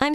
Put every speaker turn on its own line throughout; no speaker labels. I'm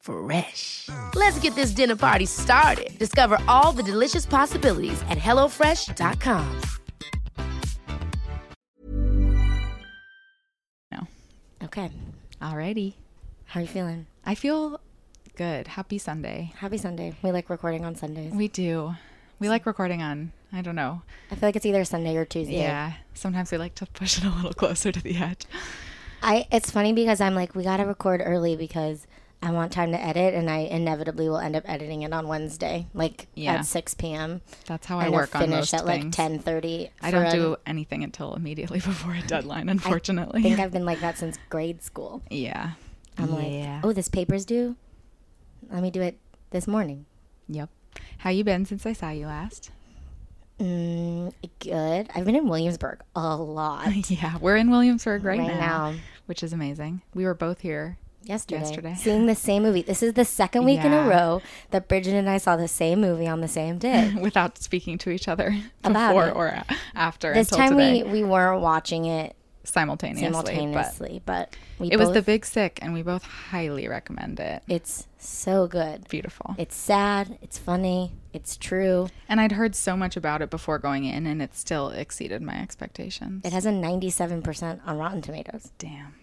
Fresh. Let's get this dinner party started. Discover all the delicious possibilities at hellofresh.com.
Okay.
Alrighty.
How are you feeling?
I feel good. Happy Sunday.
Happy Sunday. We like recording on Sundays.
We do. We like recording on, I don't know.
I feel like it's either Sunday or Tuesday.
Yeah. Sometimes we like to push it a little closer to the edge.
I it's funny because I'm like we got to record early because I want time to edit and I inevitably will end up editing it on Wednesday like
Yeah.
at 6 p.m.
That's how I
and
work
finish
on most
at like
things.
10:30.
I
for
don't
a-
do anything until immediately before a deadline, unfortunately.
I think I've been like that since grade school.
yeah.
I'm
Yeah.
like, "Oh, this paper's due. Let me do it this morning."
Yep. How you been since I saw you last?
Mm, good. I've been in Williamsburg a lot
Yeah, we're in Williamsburg right,
right now.
which is amazing. We were both here.
yesterday,
Yesterday.
seeing the same movie. This is the second week in a
Yeah.
row that Bridget and I saw the same movie on the same day.
Without speaking to each other
About
before
it.
or a- after
this
until
time
today,
we, we weren't watching it
simultaneously. but-
simultaneously, but, we
It was
both-
the Big Sick, and we both highly recommend it.
It's so good.
Beautiful.
It's sad. It's funny. It's true.
and I'd heard so much about it before going in, and it still exceeded my expectations.
It has a 97% on Rotten Tomatoes.
Damn.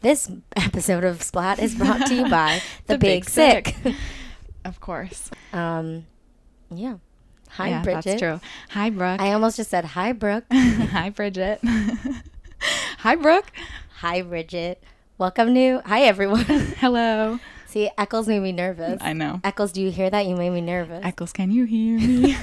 This episode of Splat is brought to you by The,
The
Big,
Big
Sick.
Of course.
um, yeah. Hi,
yeah,
Bridget.
that's true. Hi, Brooke.
I almost just said hi, Brooke.
Hi, Bridget. Hi, Brooke.
hi, Bridget. Welcome to. Hi, everyone.
Hello.
See, Eccles made me nervous.
I know.
Eccles, do you hear that? You made me nervous.
Eccles, can you hear me?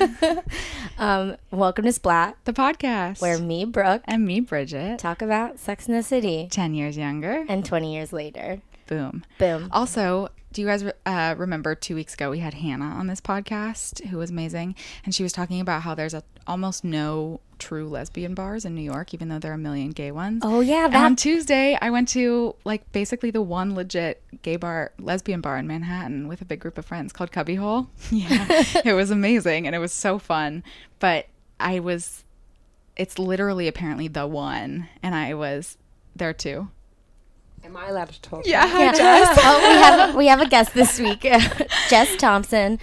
Um, welcome to Splat,
the podcast.
where me, Brooke,
and me, Bridget.
talk about Sex in the City
10 years younger.
and 20 years later.
Boom.
Boom.
Also, do you guys uh, remember two weeks ago we had Hannah on this podcast, who was amazing, and she was talking about how there's a, almost no true lesbian bars in New York, even though there are a million gay ones.
Oh, yeah,
And on
that-
Tuesday, I went to like basically the one legit gay bar, lesbian bar in Manhattan with a big group of friends called Cubbyhole. Yeah, it was amazing and it was so fun. But I was, it's literally apparently the one, and I was there too.
Am I allowed to talk?
Yeah, hi,
Yeah.
Jess.
oh, we have a, we have a guest this week, Jess Thompson.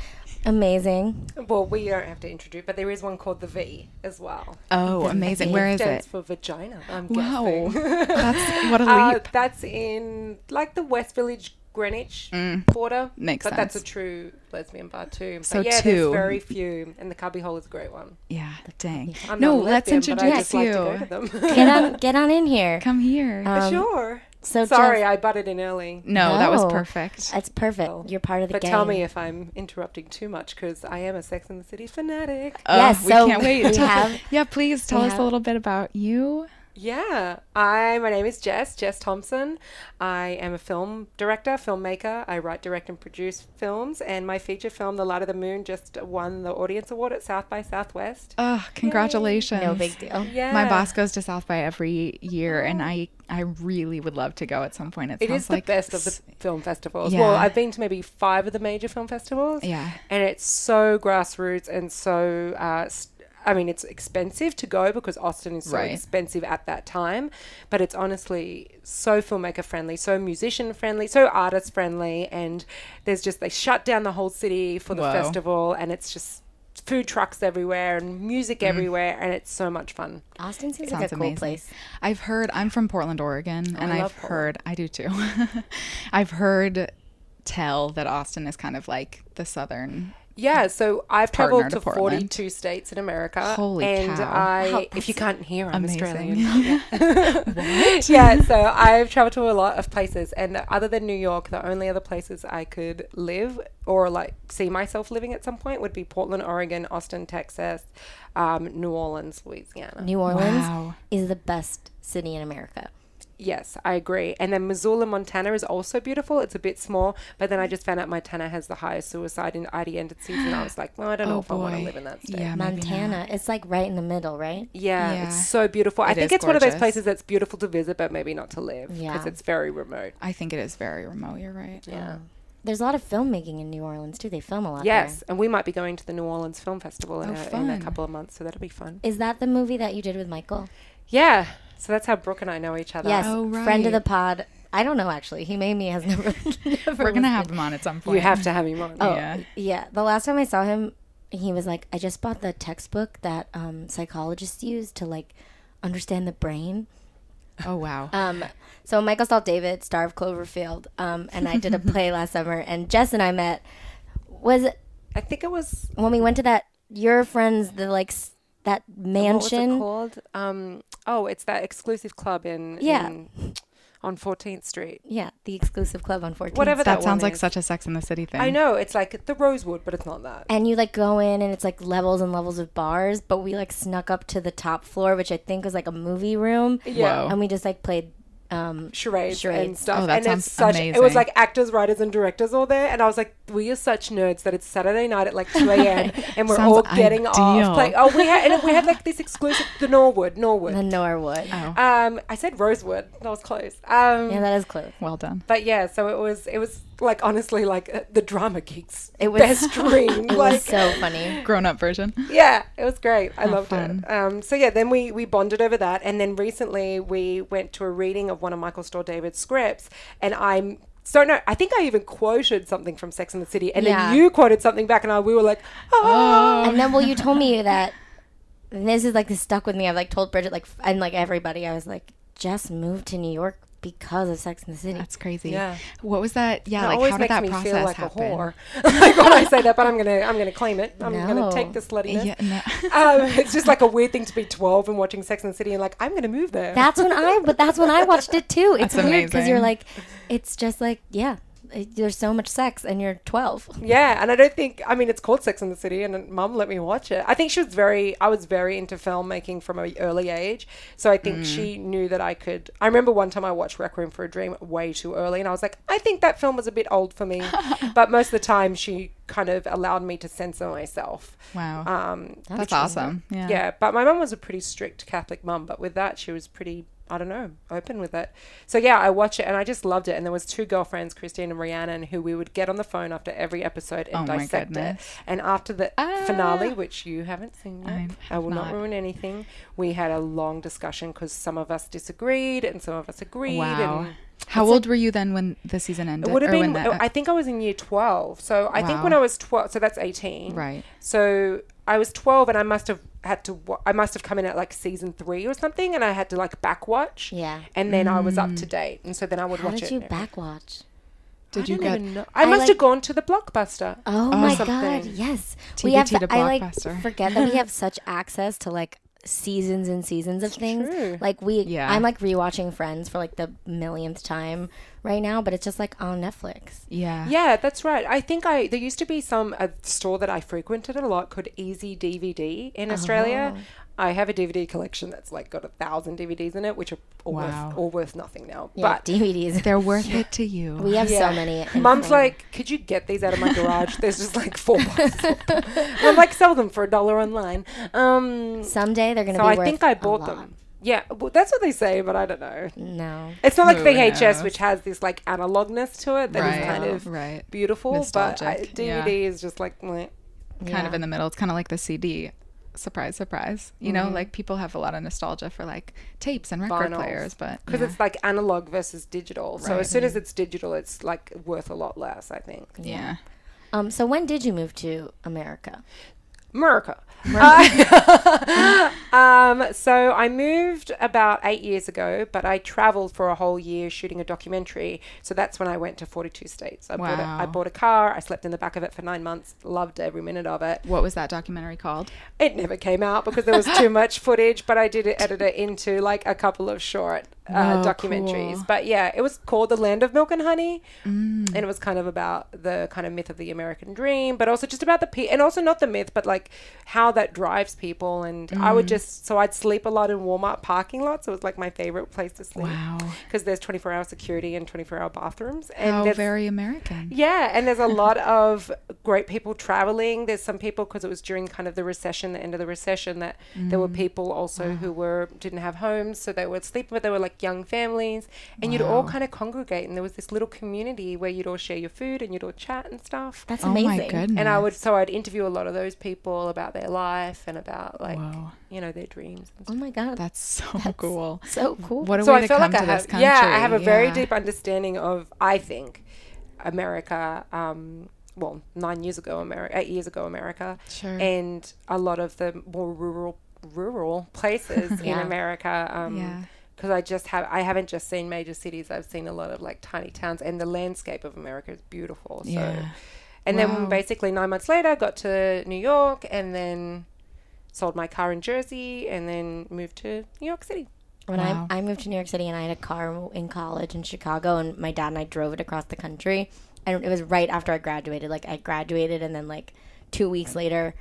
Amazing.
Well, we don't have to introduce, but there is one called the V as well.
Oh, amazing. Where is
Stands
it?
for vagina. I'm
Wow.
guessing.
That's what a
Uh,
leap.
that's in like the West Village, Greenwich border.
Mm. Makes
but that's a
sense.
true lesbian bar too.
So
but yeah,
two.
there's very few, and the Cubby Hole is a great one.
yeah, dang.
I'm
no,
not a
let's
lesbian, but I
introduce
just like to Um,
you.
go to them.
Get on, get on in here.
Come here.
sure.
so
sorry,
Jess-
I butted in early.
no, that was
No.
perfect.
Uh,
It's perfect. You're part of the
But
gang.
tell me if I'm interrupting too much because I am a Sex in the City fanatic.
Oh,
Yes,
we
so
can't wait.
we
Tell-
have-
yeah, please tell
we
us
have-
a little bit about you.
Yeah, I my name is Jess Jess Thompson. I am a film director, filmmaker. I write, direct, and produce films. And my feature film, The Light of the Moon, just won the Audience Award at South by Southwest.
Oh, congratulations.
No big deal.
yeah, Oh.
My boss goes to South by every year, and I I really would love to go at some point. It,
It
sounds
is the
like
best of the
s-
film festivals.
Yeah.
Well, I've been to maybe five of the major film festivals.
Yeah.
and it's so grassroots and so. Uh, st- I mean, it's expensive to go because Austin is so
Right.
expensive at that time, but it's honestly so filmmaker friendly, so musician friendly, so artist friendly, and there's just they shut down the whole city for the
Wow.
festival, and it's just food trucks everywhere and music
Mm-hmm.
everywhere, and it's so much fun.
Austin seems like
Sounds
a cool
amazing.
place.
I've heard I'm from Portland, Oregon, and
Oh, I
I've
love
heard I do too. I've heard tell that Austin is kind of like the southern
Yeah, so I've
Partner
traveled
to
to,
Portland.
42 states in America.
Holy
and
cow.
I,
How-
if you can't hear, I'm
Amazing.
Australian. yeah, so I've traveled to a lot of places, and other than New York, the only other places I could live or like see myself living at some point would be Portland, Oregon, Austin, Texas, um, New Orleans, Louisiana.
New Orleans
Wow.
is the best city in America.
Yes, I agree. And then Missoula, Montana is also beautiful. It's a bit small, but then I just found out Montana has the highest suicide and IDN and I was like, well, I don't know if I want to live in that state.
Oh, Yeah, maybe not.
Montana, it's like right in the middle, right?
Yeah,
Yeah.
it's so beautiful. I
It
think
is
it's one of those
gorgeous.
places that's beautiful to visit, but maybe not to live because
Yeah.
it's very remote.
I think it is very remote. You're right.
Yeah.
There's a lot of filmmaking in New Orleans too. They film a lot.
Yes, and we might be going to the New Orleans Film Festival in,
Oh,
a, in a
fun.
couple of months, so that'll be fun.
There. Is that the movie that you did with Michael?
Yeah, so that's how Brooke and I know each other.
Yes,
Oh,
friend of the
right.
pod. I don't know actually. He made me has never. never
Oh, We're gonna have him on at some point.
you have to have him on.
Oh,
Yeah.
yeah. The last time I saw him, he was like, I just bought the textbook that um, psychologists use to like understand the brain.
Oh
Uh,
wow.
Um, so Michael Salt David, star of Cloverfield, um, and I did a play last summer, and Jess and I met was
I think it was
when we went to that your friends the like s- that
what was it
mansion.
called? Um, oh, it's that exclusive club in
Yeah.
in- on Fourteenth Street.
Yeah, the exclusive club on 14th.
Whatever that,
that sounds
one
like
is.
such a Sex in the City thing.
I know it's like the Rosewood, but it's not that.
And you like go in and it's like levels and levels of bars, but we like snuck up to the top floor, which I think was like a movie room.
Yeah.
Whoa.
And we just like played um
charades, and
Charades.
stuff.
Oh, that
and
sounds
it's such it was
amazing.
like actors, writers and directors all there and I was like, We are such nerds that it's Saturday night at like two AM and we're
Sounds
all getting
ideal.
off. Like oh we had and we had like this exclusive the Norwood, Norwood.
the Norwood.
um I said Rosewood. That was close. Um
Yeah, that is close.
Well done.
but yeah, so it was it was like honestly like uh, the drama geeks
It was-
best dream.
It
like
was so funny.
Grown up version.
yeah, it was great. I loved
fun.
it. Um, so yeah, then we we bonded over that, and then recently we went to a reading of one of Michael Store David's scripts, and I'm. So no, I think I even quoted something from Sex and the City, and
Yeah.
then you quoted something back, and I, we were like, "Oh,
And then well you told me that and this is like this stuck with me. I've like told Bridget like f- and like everybody I was like just moved to New York because of Sex in the City.
That's crazy.
Yeah.
What was that? Yeah.
It
Oh, like
always
how did
makes
that
me
process
feel like
happen?
a whore." like when I say that, but I'm gonna I'm gonna claim it. I'm
No.
gonna take this sluttiness.
Yeah, no.
um, it's just like a weird thing to be 12 and watching Sex and the City, and like I'm gonna move there.
That's when I, but that's when I watched it too. It's
That's
weird because you're
amazing.
like, it's just like, yeah, it- there's so much sex and you're 12.
Yeah, and I don't think I mean it's called Sex in the City, and Mum let me watch it. I think she was very I was very into filmmaking from an early age, so I think she knew that I could. I remember one time I watched Requiem for a Dream way too early, and I was like, I think that film was a bit old for me. but most of the time, she kind of allowed me to censor myself.
Wow.
Um,
That's awesome. Yeah.
yeah. but my mum was a pretty strict Catholic mum, but with that she was pretty I don't know, open with it. So yeah, I watched it and I just loved it. And there was two girlfriends, Christine and Rhiannon, who we would get on the phone after every episode and
Oh my
dissect it.
goodness. Ah.
And after the finale, which you haven't seen yet,
I
I, will not.
not.
ruin anything. We had a long discussion because some of us disagreed and some of us agreed.
Wow.
And
How old were you then when the season ended?
it would have
Or when uh,
been. oh,
that-
I think I was in year twelve. So I think when
Wow.
I was twelve, so that's eighteen.
Right.
So I was twelve, and I must have had to. wa- I must have come in at like season three or something, and I had to like back watch.
Yeah.
And then I was up to date, and so then I would
How
watch
did
it.
you backwatch?
did
I
you
don't
get?
even know. I, must
like-
have gone to the blockbuster.
Oh,
or
my God.
something.
Yes.
TBT to
I like
Blockbuster.
forget that we have such access to like seasons and seasons of things. Like we,
Yeah.
I'm like rewatching Friends for like the millionth time right now, but it's just like on Netflix.
Yeah.
Yeah, that's right. I think I there used to be some a store that I frequented a lot called Easy DVD in Australia. I have a DVD collection that's like got a thousand DVDs in it, which are all,
Wow.
worth, all worth nothing now.
Yeah,
but
DVDs.
They're worth it to you.
we have
Yeah.
so many. and
Mum's
things.
like, could you get these out of my garage? There's just like four boxes. of them." And I'm like, sell them for a dollar online. Um, so
someday they're going to be
I
worth
think I
a
bought
lot.
them. Yeah, well, that's what they say, but I don't know.
No.
It's not like
Who
VHS,
knows?
which has this like analogness to it that is
Right,
kind of
right.
beautiful, but I,
Nostalgic, yeah.
DVD is just like, meh.
kind of in the middle. It's kind of like the CD. Surprise, surprise. You
Mm-hmm.
know, like people have a lot of nostalgia for like tapes and record
Vinyls.
players, but
because
yeah.
it's like analog versus digital. So as soon as it's digital, it's like worth a lot less, I think.
yeah.
Um, so when did you move to America?
America. Uh, um, so I moved about eight years ago, but I traveled for a whole year shooting a documentary. So that's when I went to 42 states. I, bought, a, I
Wow.
bought a car. I slept in the back of it for nine months. Loved every minute of it.
What was that documentary called?
It never came out because there was too much footage, but I did edit it into like a couple of short uh,
Oh,
documentaries.
cool.
But yeah, it was called The Land of Milk and Honey,
Mm.
and it was kind of about the kind of myth of the American dream, but also just about the pe- and also not the myth, but like how that drives people. And I
Mm.
would just so I'd sleep a lot in Walmart parking lots. It was like my favorite place to sleep
Wow.
because there's 24 hour security and 24 hour bathrooms. And
How
that's-
Oh, very American.
yeah, and there's a lot of great people traveling. There's some people because it was during kind of the recession, the end of the recession, that there
Mm.
were people also who were didn't have homes, so they were sleeping, but they were like young families, and you'd all kind of congregate, and there was this little community where you'd all share your food and you'd all chat and stuff.
That's
Oh
amazing.
my goodness.
and I would so I'd interview a lot of those people about their life and about like
Wow.
you know their dreams. And
Oh my god.
That's so cool.
so cool.
What a
so
way
I
to
feel
come
like
to
I
this
have,
country.
yeah, I have a very
Yeah.
deep understanding of, I think, America. Um, well, nine years ago, America, eight years ago, America,
Sure.
and a lot of the more rural, rural places in
Yeah.
America. Um,
Yeah.
Because I just have, I haven't just seen major cities. I've seen a lot of like tiny towns, and the landscape of America is beautiful. So,
Yeah.
and
Wow.
then basically nine months later, I got to New York, and then sold my car in Jersey, and then moved to New York City.
When
Wow.
I, I moved to New York City and I had a car in college in Chicago, and my dad and I drove it across the country. And it was right after I graduated. Like I graduated, and then like two weeks later,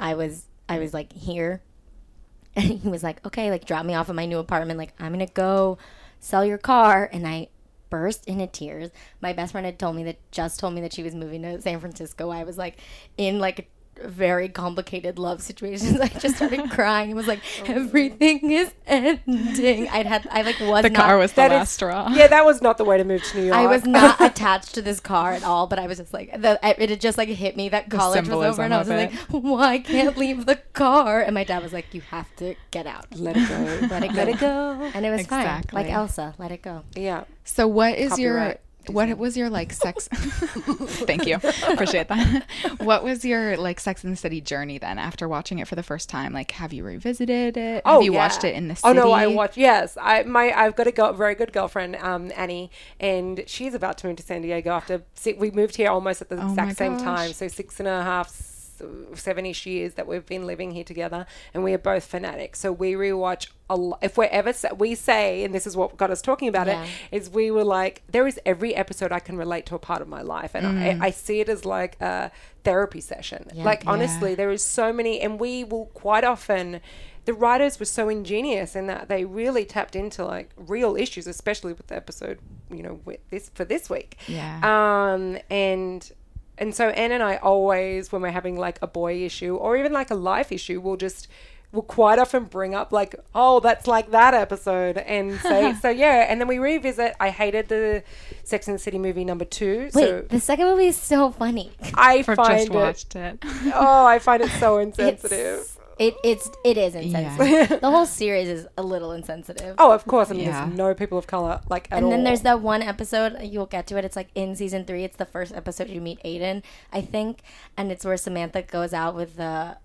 I was I was like here, and he was like, "Okay, like drop me off at my new apartment. Like I'm gonna go sell your car." And I burst into tears. My best friend had told me that just told me that she was moving to San Francisco. I was like in like very complicated love situations. I just started crying and was like,
Oh,
"Everything is ending." I'd had I like was
The
not
car was the
That
last
is-
straw.
Yeah, that was not the way to move to New York.
I was not attached to this car at all, but I was just like, the, it had just like hit me that college was over,
symbolism
and I was
of
just like, why can't leave the car? And my dad was like, you have to get out,
Let it go.
let it go,
Let it go.
and it was
Exactly.
fine, like Elsa, let it go.
Yeah.
So what is
Copyright,
your what was your like sex Thank you. Appreciate that. What was your like Sex and the City journey then after watching it for the first time? Like have you revisited it?
Oh,
have you
yeah.
watched it in the city?
Oh no, I watched. Yes, I my I've got a girl, very good girlfriend, um, Annie, and she's about to move to San Diego after si we moved here almost at the
Oh my
exact same
gosh.
time. So six and a half, s- seven-ish years that we've been living here together, and we are both fanatics. So we rewatch a lot. If we're ever sa- we say, and this is what got us talking about
Yeah.
it, is we were like, there is every episode I can relate to a part of my life, and I, I see it as like a therapy session. Like honestly, there is so many, and we will quite often. The writers were so ingenious in that they really tapped into like real issues, especially with the episode, you know, with this for this week.
Yeah.
Um, and and so Anne and I always, when we're having like a boy issue or even like a life issue, we'll just we'll quite often bring up like, oh, that's like that episode, and say so yeah. And then we revisit. I hated the Sex and the City movie number two.
Wait,
so
the second movie is so funny.
I
or
find
just
it.
watched it.
Oh, I find it so
It's-
insensitive.
It it's it is insensitive. the whole series is a little insensitive.
Oh, of course. I mean,
Yeah.
there's no people of color like at
And then
all.
there's that one episode, you'll get to it. It's like in season three, it's the first episode you meet Aiden, I think. And it's where Samantha goes out with the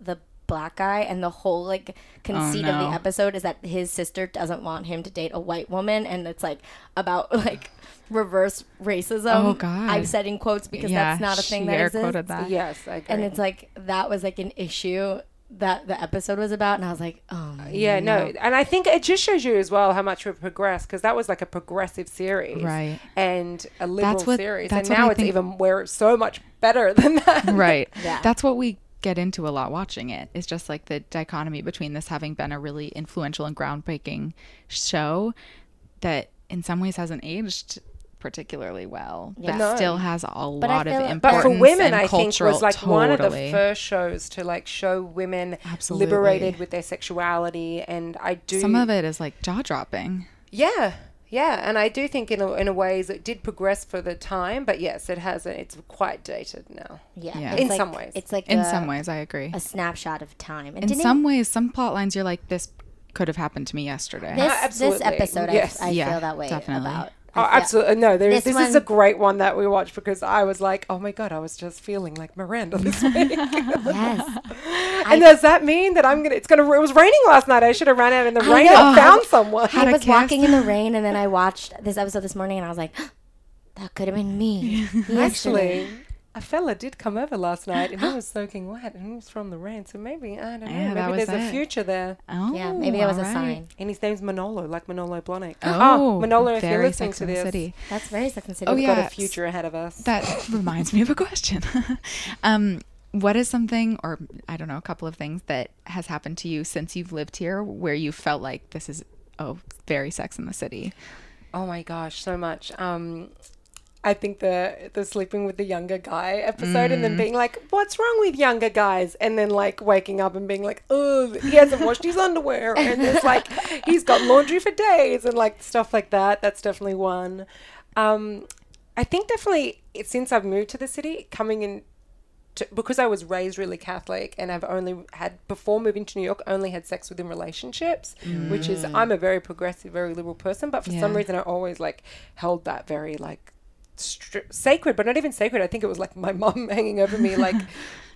the black guy and the whole like conceit of
Oh, no.
the episode is that his sister doesn't want him to date a white woman and it's like about like reverse racism.
Oh, God.
I'm setting quotes because
yeah.
that's not a thing
she
that
air
exists.
quoted that.
yes, I agree.
And it's like that was like an issue that the episode was about and I was like, Oh
Uh,
Yeah, no. And I think it just shows you as well how much we've progressed because that was like a progressive series.
Right.
And a liberal
what-
series.
that's
and
what
now
I
it's
think-
even where it's so much better than that.
right. That's what we get into a lot watching it. It's just like the dichotomy between this having been a really influential and groundbreaking show that in some ways hasn't aged particularly well, but still has a
I
lot of
feel-
importance
But for women,
and
I think
cultural
was like
totally.
one of the first shows to like show women
Absolutely.
liberated with their sexuality, and I do
Some of it is like jaw dropping.
Yeah, yeah, and I do think in a, in a ways it did progress for the time, but yes, it hasn't. It's quite dated now.
yeah.
Yeah.
It's
In
like-
some ways.
It's like
In
a,
some ways, I agree.
a snapshot of time. And
In
didn't
some ways, some plot lines you're like, this could have happened to me yesterday.
this,
absolutely.
this episode,
Yes.
I, I
Yeah,
feel that way
definitely.
about
Oh, absolutely. No, there is,
This
this is a
one-
great one that we watched because I was like, oh my God, I was just feeling like Miranda this week.
Yes.
and does that mean that I'm going to, it's going to, it was raining last night. I should have ran out in the
I
rain
know.
and found someone.
I
to
was
cast-
walking in the rain and then I watched this episode this morning and I was like, that could have been me. Yesterday.
Actually, a fella did come over last night and he was soaking wet and he was from the rain. So maybe, I don't know,
Yeah, that
maybe
was
there's a
it.
future there.
Oh,
Yeah, maybe it was a
alright.
sign.
And his name's Manolo, like Manolo Blahnik.
Oh,
Manolo, Ah, if you're
very
listening
Sex
to
and the
this,
City.
That's very Sex and the City.
Oh,
we've
yeah.
got a future ahead of us.
That reminds me of a question. um, what is something, or I don't know, a couple of things that has happened to you since you've lived here where you felt like this is, oh, very sex in the city?
Oh my gosh, so much. Um, I think the the sleeping with the younger guy episode, and then being like, "What's wrong with younger guys?" and then like waking up and being like, "Oh, he hasn't washed his underwear," and it's like he's got laundry for days, and like stuff like that. That's definitely one. Um, I think definitely it- since I've moved to the city, coming in to, because I was raised really Catholic and I've only had before moving to New York only had sex within relationships, which is I'm a very progressive, very liberal person, but for some
Mm. Yeah.
reason I always like held that very like stri- sacred, but not even sacred. I think it was like my mum hanging over me, like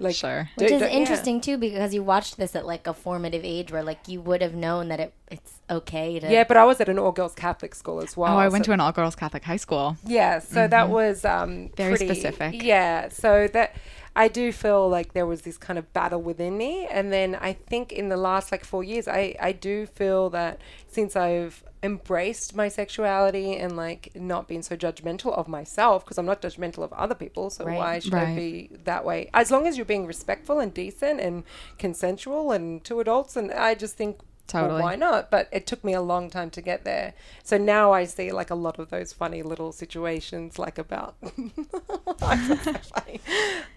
like
Sure.
do-
Which is
do- yeah.
interesting too because you watched this at like a formative age where like you would have known that it, it's okay to.
Yeah. but I was at an all girls Catholic school as well.
Oh, I
so-
went to an all girls Catholic high school.
Yeah, so that was um,
Mm-hmm. Very
pretty-
specific.
Yeah, so that I do feel like there was this kind of battle within me, and then I think in the last like four years, I I do feel that since I've embraced my sexuality and like not been so judgmental of myself because I'm not judgmental of other people, so
Right.
why should I
Right.
be that way? As long as you're being respectful and decent and consensual and two adults, and I just think. well,
Totally.
why not? But it took me a long time to get there. So now I see like a lot of those funny little situations, like about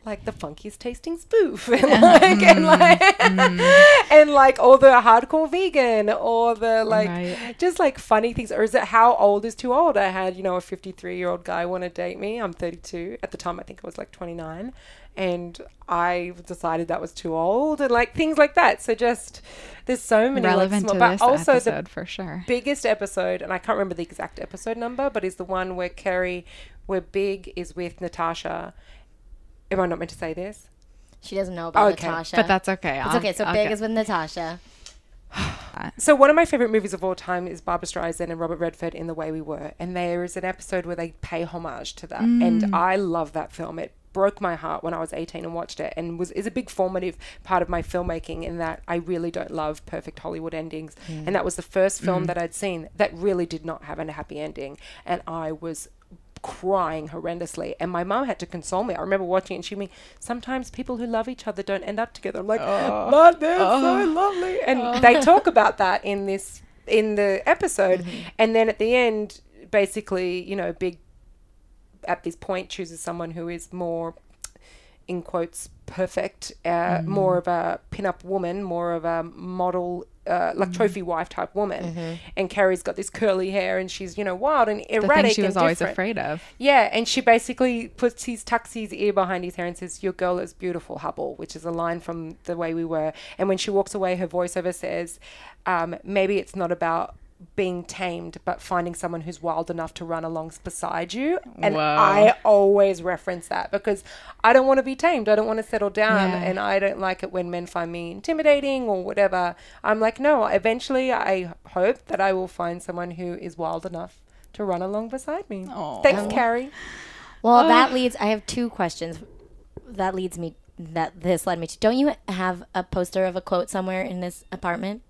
like the funkiest tasting spoof, and
Mm-hmm.
like, and, like and like all the hardcore vegan, or the like
Right.
just like funny things. Or is it how old is too old? I had you know a fifty-three year old guy want to date me. I'm thirty-two at the time. I think I was like twenty-nine, and I decided that was too old, and like things like that. So just there's so many like,
Relevant
small-
to
but
this
also the
episode for sure.
biggest episode, and I can't remember the exact episode number, but is the one where Kerry, where Big is with Natasha. Am I not meant to say this?
She doesn't know about
Okay,
Natasha.
But that's okay.
It's okay. So big is with Natasha.
So one of my favorite movies of all time is Barbara Streisand and Robert Redford in The Way We Were, and there is an episode where they pay homage to that, and I love that film. It broke my heart when I was 18 and watched it, and was is a big formative part of my filmmaking in that I really don't love perfect Hollywood endings, and that was the first film that I'd seen that really did not have a happy ending, and I was crying horrendously and my mom had to console me i remember watching it and she me sometimes people who love each other don't end up together i'm like
Oh.
but they're so lovely and they talk about that in this in the episode
Mm-hmm.
and then at the end basically you know big at this point chooses someone who is more in quotes perfect uh,
Mm-hmm.
more of a pin-up woman more of a model uh,
Mm-hmm.
like trophy wife type woman and carrie's got this curly hair and she's you know wild and
The
erratic
thing she
and
was always
different.
afraid of.
Yeah, and she basically puts his tucks his ear behind his hair and says, "Your girl is beautiful, Hubble," which is a line from the way we were. And when she walks away, her voiceover says, um, "Maybe it's not about." Being tamed, but finding someone who's wild enough to run along beside you. And
Whoa.
I always reference that because I don't want to be tamed. I don't want to settle down.
Yeah.
Um, And I don't like it when men find me intimidating or whatever. I'm like, no, eventually I hope that I will find someone who is wild enough to run along beside me. Thanks, Carrie.
Well,
Oh.
that leads. I have two questions. That leads me. That this led me to. Don't you have a poster of a quote somewhere in this apartment?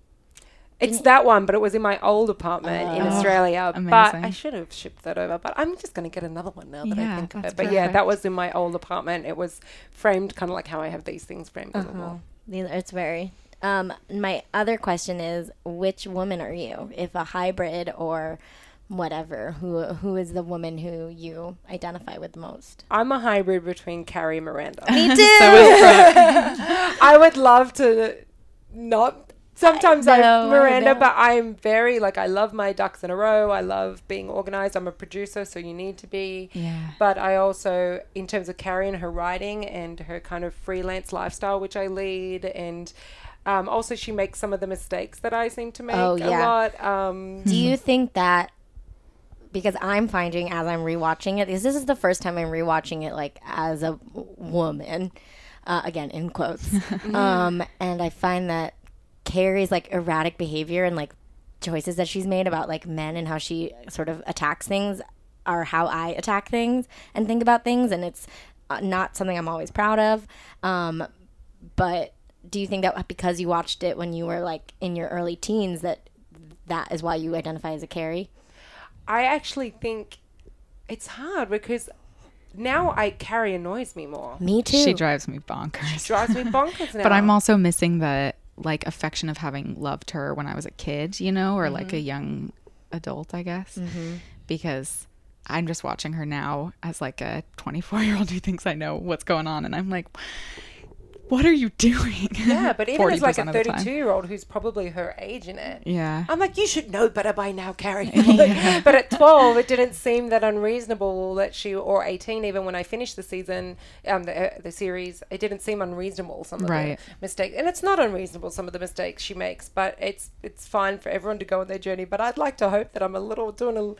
It's that one, but it was in my old apartment in Australia. But I
Ah, amazing.
should have shipped that over. But I'm just going to get another one now that I
Yeah,
think of
that's
it. But yeah, that
perfect.
was in my old apartment. It was framed kind of like how I have these things framed on
Uh-huh.
the wall.
Neither- It's very. Um, my other question is, which woman are you? If a hybrid or whatever, who who is the woman who you identify with most?
I'm a hybrid between Carrie and Miranda.
Me too.
I would love to not. Sometimes I,
no, I
Miranda,
know.
but I'm very like I love my ducks in a row. I love being organized. I'm a producer, so you need to be.
Yeah.
But I also, in terms of Carrie and her writing and her kind of freelance lifestyle, which I lead, and um, also she makes some of the mistakes that I seem to make
Oh,
a
yeah.
lot. Um,
Do you think that because I'm finding as I'm rewatching it, because this is the first time I'm rewatching it like as a w- woman, uh, again in quotes, um, and I find that Carrie's like erratic behavior and like choices that she's made about like men and how she sort of attacks things are how I attack things and think about things, and it's uh, not something I'm always proud of. Um, but do you think that because you watched it when you were like in your early teens that that is why you identify as a Carrie?
I actually think it's hard because now I Carrie annoys me more.
Me too.
She drives me bonkers.
Drives me bonkers now.
But I'm also missing the like affection of having loved her when I was a kid, you know, or like a
Mm-hmm.
young adult, I guess, because I'm just watching her now as like a 24 year old who thinks I know what's going on, and I'm like, what are you doing?
yeah, but even as like a
40% of the time.
32 year old who's probably her age in it.
Yeah.
I'm like, you should know better by now, Carrie. but at 12, it didn't seem that unreasonable that she, or 18, even when I finished the season, um, the, uh, the series, it didn't seem unreasonable, some of
Right.
the mistakes. And it's not unreasonable, some of the mistakes she makes, but it's it's fine for everyone to go on their journey. But I'd like to hope that I'm a little doing a. l-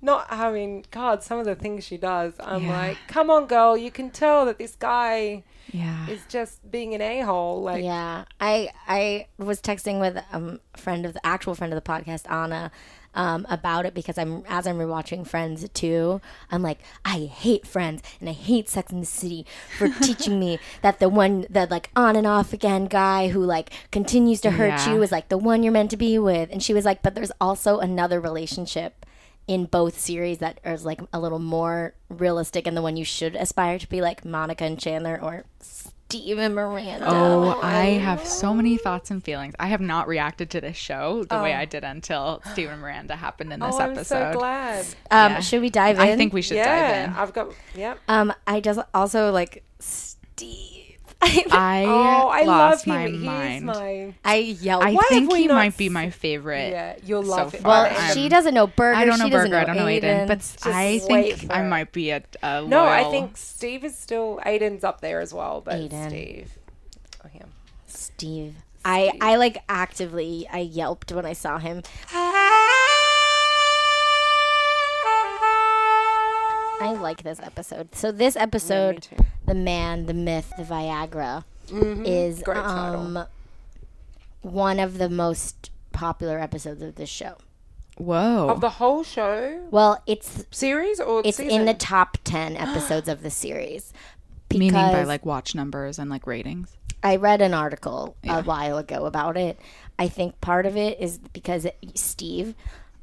Not, I mean, God, some of the things she does, I'm
Yeah.
like, come on, girl, you can tell that this guy
yeah.
is just being an a hole. Like,
Yeah, I I was texting with um, a friend of the actual friend of the podcast, Anna, um, about it because I'm as I'm rewatching Friends too. I'm like, I hate Friends and I hate Sex in the City for teaching me that the one the like on and off again guy who like continues to hurt
Yeah.
you is like the one you're meant to be with. And she was like, but there's also another relationship in both series that is like a little more realistic and the one you should aspire to be like Monica and Chandler or. Steve and Miranda.
Oh, I have so many thoughts and feelings. I have not reacted to this show the way I did until Stephen Miranda happened in this
oh, I'm
episode.
so glad.
Um, Should we dive in?
I think we should dive in.
Yeah, I've got. Yep.
Um, I just also like Steve. I,
I,
oh, I
lost
love
my
him. He's
mind.
my.
I yelled.
I
Why have
think
we
he
not
might be
s-
my favorite.
Yeah, you'll
so
love him.
far.
Well,
I'm-
she doesn't know Burger.
I don't know
she
Burger.
doesn't Know
I don't know Aiden, but
Aiden.
I
wait
think
for
I
it.
might be a, a loyal.
No, I think Steve is still. Aiden's up there as well, but
Aiden.
Steve. Oh, him.
Steve. I, I like actively I yelped when I saw him. I like this episode. So this episode, the man, the myth, the Viagra,
Mm-hmm.
is
Great title.
um one of the most popular episodes of this show.
Whoa.
Of the whole show
Well, it's
series or
it's
season?
in the top ten episodes of the series.
Meaning by
because-
like watch numbers and like ratings.
I read an article a while ago about it. I think part of it is because it- Steve,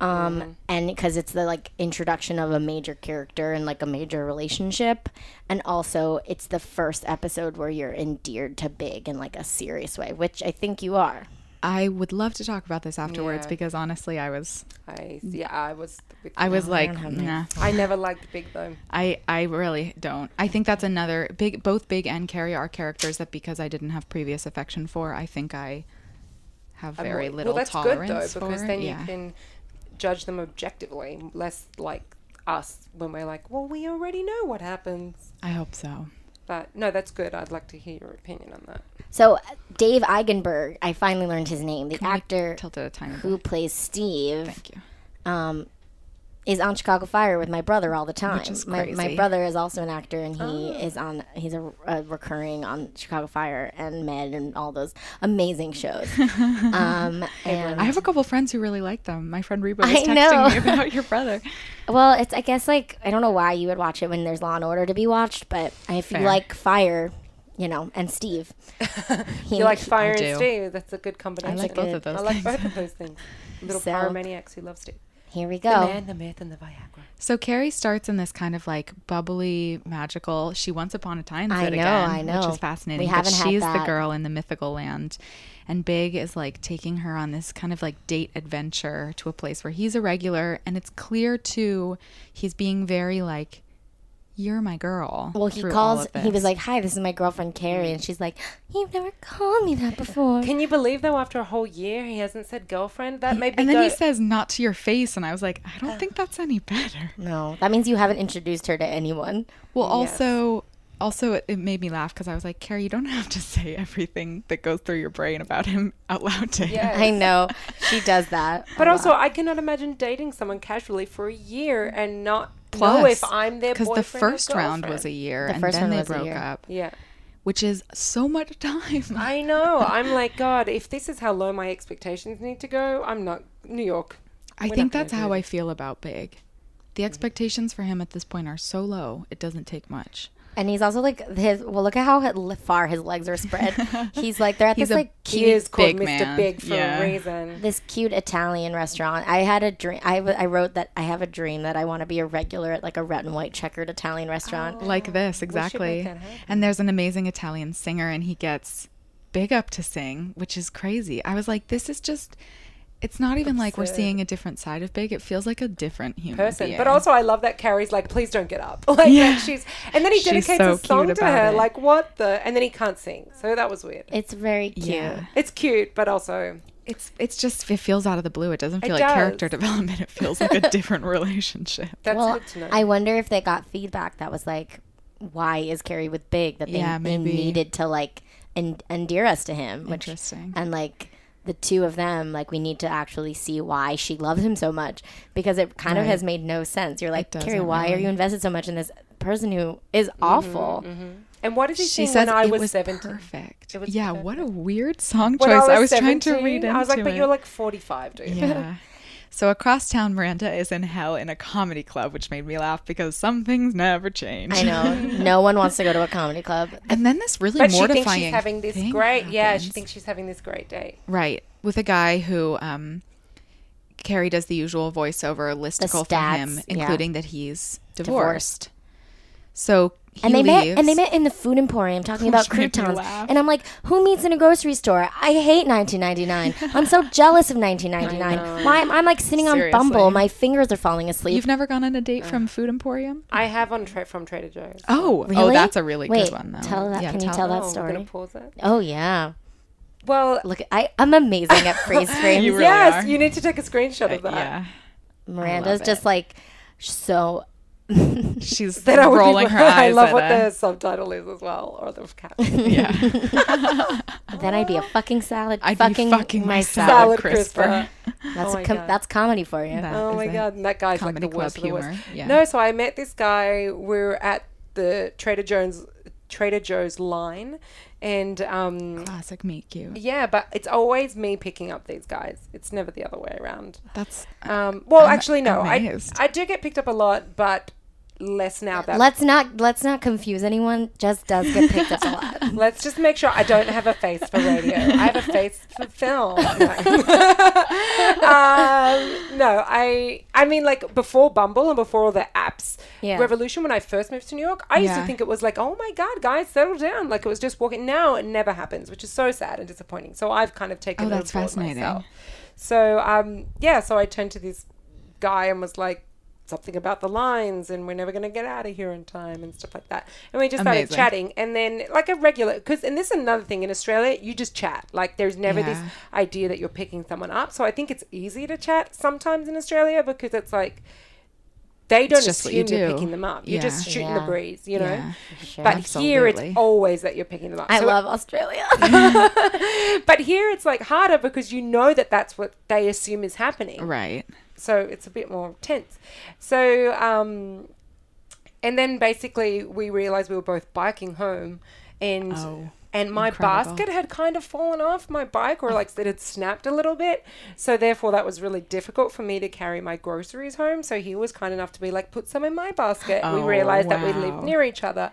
um, and because it's the like introduction of a major character and like a major relationship, and also it's the first episode where you're endeared to Big in like a serious way, which I think you are.
I would love to talk about this afterwards because honestly, I was
I, yeah, I was. With
I was like, nah.
I never liked Big though.
I, I really don't. I think that's another big. Both Big and Carrie are characters that because I didn't have previous affection for, I think I have very
Well,
little
well, that's
tolerance
good though
for.
because then
yeah.
you can judge them objectively, less like us when we're like, well, we already know what happens.
I hope so.
But no, that's good. I'd like to hear your opinion on that.
So uh, Dave Eigenberg, I finally learned his name, the actor
Tilt it a tiny bit.
who plays Steve. um,
Thank you.
is on Chicago Fire with my brother all the time.
is
my, my
crazy. Oh.
brother is also an actor, and he is on. He's a, a recurring on Chicago Fire and Med and all those amazing shows. um, and
I have a couple friends who really like them. My friend Reba was
I
texting
know.
me about your brother.
well, it's I guess like I don't know why you would watch it when there's Law and Order to be watched, but if you
Fair.
like Fire, you know, and Steve, he,
You like Fire
do.
and Steve. That's a good combination.
like both of those
I like
things.
both of those things. Little
So-
pyromaniacs who love Steve.
Here we
The
go.
man, the myth, and the Viagra.
So Carrie starts in this kind of like bubbly, magical. She once upon a time
I
said
know,
again,
I know.
which is fascinating.
We
but
haven't had
she's
that.
the girl in the mythical land, and Big is like taking her on this kind of like date adventure to a place where he's a regular, and it's clear too he's being very like, "You're my girl."
Well, he
through all
calls.
of
He was
this.
like, "Hi, this is my girlfriend Carrie," and she's like, "You've never called me that before."
Can you believe though? After a whole year, he hasn't said girlfriend. That made me
and then
go.
he says, "Not to your face," and I was like, "I don't think that's any better."
No, that means you haven't introduced her to anyone.
Well, also, also it, it made me laugh because I was like, Carrie, you don't have to say everything that goes through your brain about him out loud to him.
I know she does that.
But also, I cannot imagine dating someone casually for a year and not know
Plus,
if I'm their boyfriend.
the first
or
round was a
girlfriend.
year,
The
and
first
then
one
they
was a
broke
year.
up,
yeah.
which is so much time.
I know. I'm like, God, if this is how low my expectations need to go, I'm not New York.
I think that's how I feel about Big.
Mm-hmm.
The expectations for him at this point are so low; it doesn't take much.
And he's also like his. Well, look at how he- far his legs are spread. He's like they're at
He's
this
a
like cute,
He is called
Big
Mr.
man.
Big for
Yeah.
a reason.
this cute Italian restaurant. I had a dream. I, w- I wrote that I have a dream that I want to be a regular at like a red and white checkered Italian restaurant.
Like this, exactly.
that happen.
And there's an amazing Italian singer, and he gets Big up to sing, which is crazy. I was like, this is just. It's not even like we're seeing a different side of Big. It feels like a different human
Person.
being.
But also, I love that Carrie's like, please don't get up. Like,
Yeah.
that she's, and then he
She's
dedicates
so
a song
cute
to
about
her.
it.
Like, what the? And then he can't sing. So that was weird.
It's very cute.
Oh. Yeah.
It's cute, but also,
It's it's just it feels out of the blue. It doesn't feel
It
like
does.
character development. It feels like a different relationship.
that's
Well,
good to know.
I wonder if they got feedback that was like, why is Carrie with Big? That they,
Yeah,
they
maybe.
needed to like en- endear us to him. Which,
Interesting.
And like the two of them, like we need to actually see why she loves him so much because it kind of has made no sense. You're like, Carrie,
doesn't Mm-hmm,
why are you invested so much in this person who is awful?
and what did he
She
sing
says
when I
it
was,
was
17?
perfect.
It was
yeah,
perfect.
what a weird song choice.
When
I was, trying to
17,
read into
I was like, but
it.
you're like 45, dude.
yeah. So across town, Miranda is in hell in a comedy club, which made me laugh because some things never change.
I know. no one wants to go to a comedy club.
And then this really
But she
mortifying
thinks she's having this
thing
great, yeah, she
happens.
thinks she's having this great day.
Right. With a guy who um Carrie does the usual voiceover listicle
stats,
for him,
yeah.
including that he's
Divorced.
divorced. So he
and they
leaves.
met and they met in the food emporium talking about
Which made me
croutons
laugh.
and i'm like who meets in a grocery store i hate 1999 i'm so jealous of 1999 why I'm, I'm like sitting
Seriously.
on bumble my fingers are falling asleep
You've never gone on a date from Food Emporium?
I have on tra- from Trader Joe's.
Oh, oh,
Really?
that's a really
Wait,
good one though.
tell that- can you tell that
Oh, we're
story?
gonna pause it.
oh yeah
Well,
look i i'm amazing at freeze frames
You really
yes,
are. Uh,
you need to take a screenshot of that.
yeah,
miranda's just like so
she's
Then I would be-
rolling her eyes.
I love
at
what
it.
the subtitle is as well, or the caption.
Yeah,
Oh
then i'd be a fucking salad
I'd
fucking,
be fucking my
myself
salad,
Salad
crisper.
crisper.
that's a
Oh my
com-
God.
that's comedy for you
That
Oh
is
my
it.
god, and that guy's like
comedy
the worst
club
of the worst.
humor, yeah.
No, so I met this guy. We were at the Trader Joe's, Trader Joe's line, and um,
Classic meet cute.
yeah, but it's always me picking up these guys. It's never the other way around.
That's
Um, well,
I'm
actually, no. I,
amazed.
I do get picked up a lot, but less now. That
let's not let's not confuse anyone just does get picked up a lot
let's just make sure I don't have a face for radio. I have a face for film. No. um, no, I I mean, like before Bumble and before all the apps,
Yeah.
Revolution. When I first moved to New York, I used to
Yeah.
think it was like, oh my god, guys, settle down. Like it was just walking. Now it never happens, which is so sad and disappointing. So I've kind of taken.
Oh,
it on
that's
board
fascinating.
myself. So um, yeah, so I turned to this guy and was like something about the lines and we're never going to get out of here in time and stuff like that. And we just started
Amazing.
chatting and then like a regular cuz and this is another thing in Australia, you just chat. Like there's never this
Yeah.
idea that you're picking someone up. So I think it's easy to chat sometimes in Australia because it's like they don't
just what
assume
you
you are
do.
picking them up. You're
Yeah.
just shooting the
Yeah.
breeze, you know.
Yeah.
But here
Absolutely.
it's always that you're picking them up.
i
So-
love australia
but here it's like harder because you know that that's what they assume is happening
uh, right.
so it's a bit more tense. So, um, and then basically we realized we were both biking home, and
Oh,
and my
incredible.
basket had kind of fallen off my bike, or like it had snapped a little bit. So therefore, that was really difficult for me to carry my groceries home. So he was kind enough to be like, put some in my basket. we
Oh,
realized that we lived
wow.
near each other.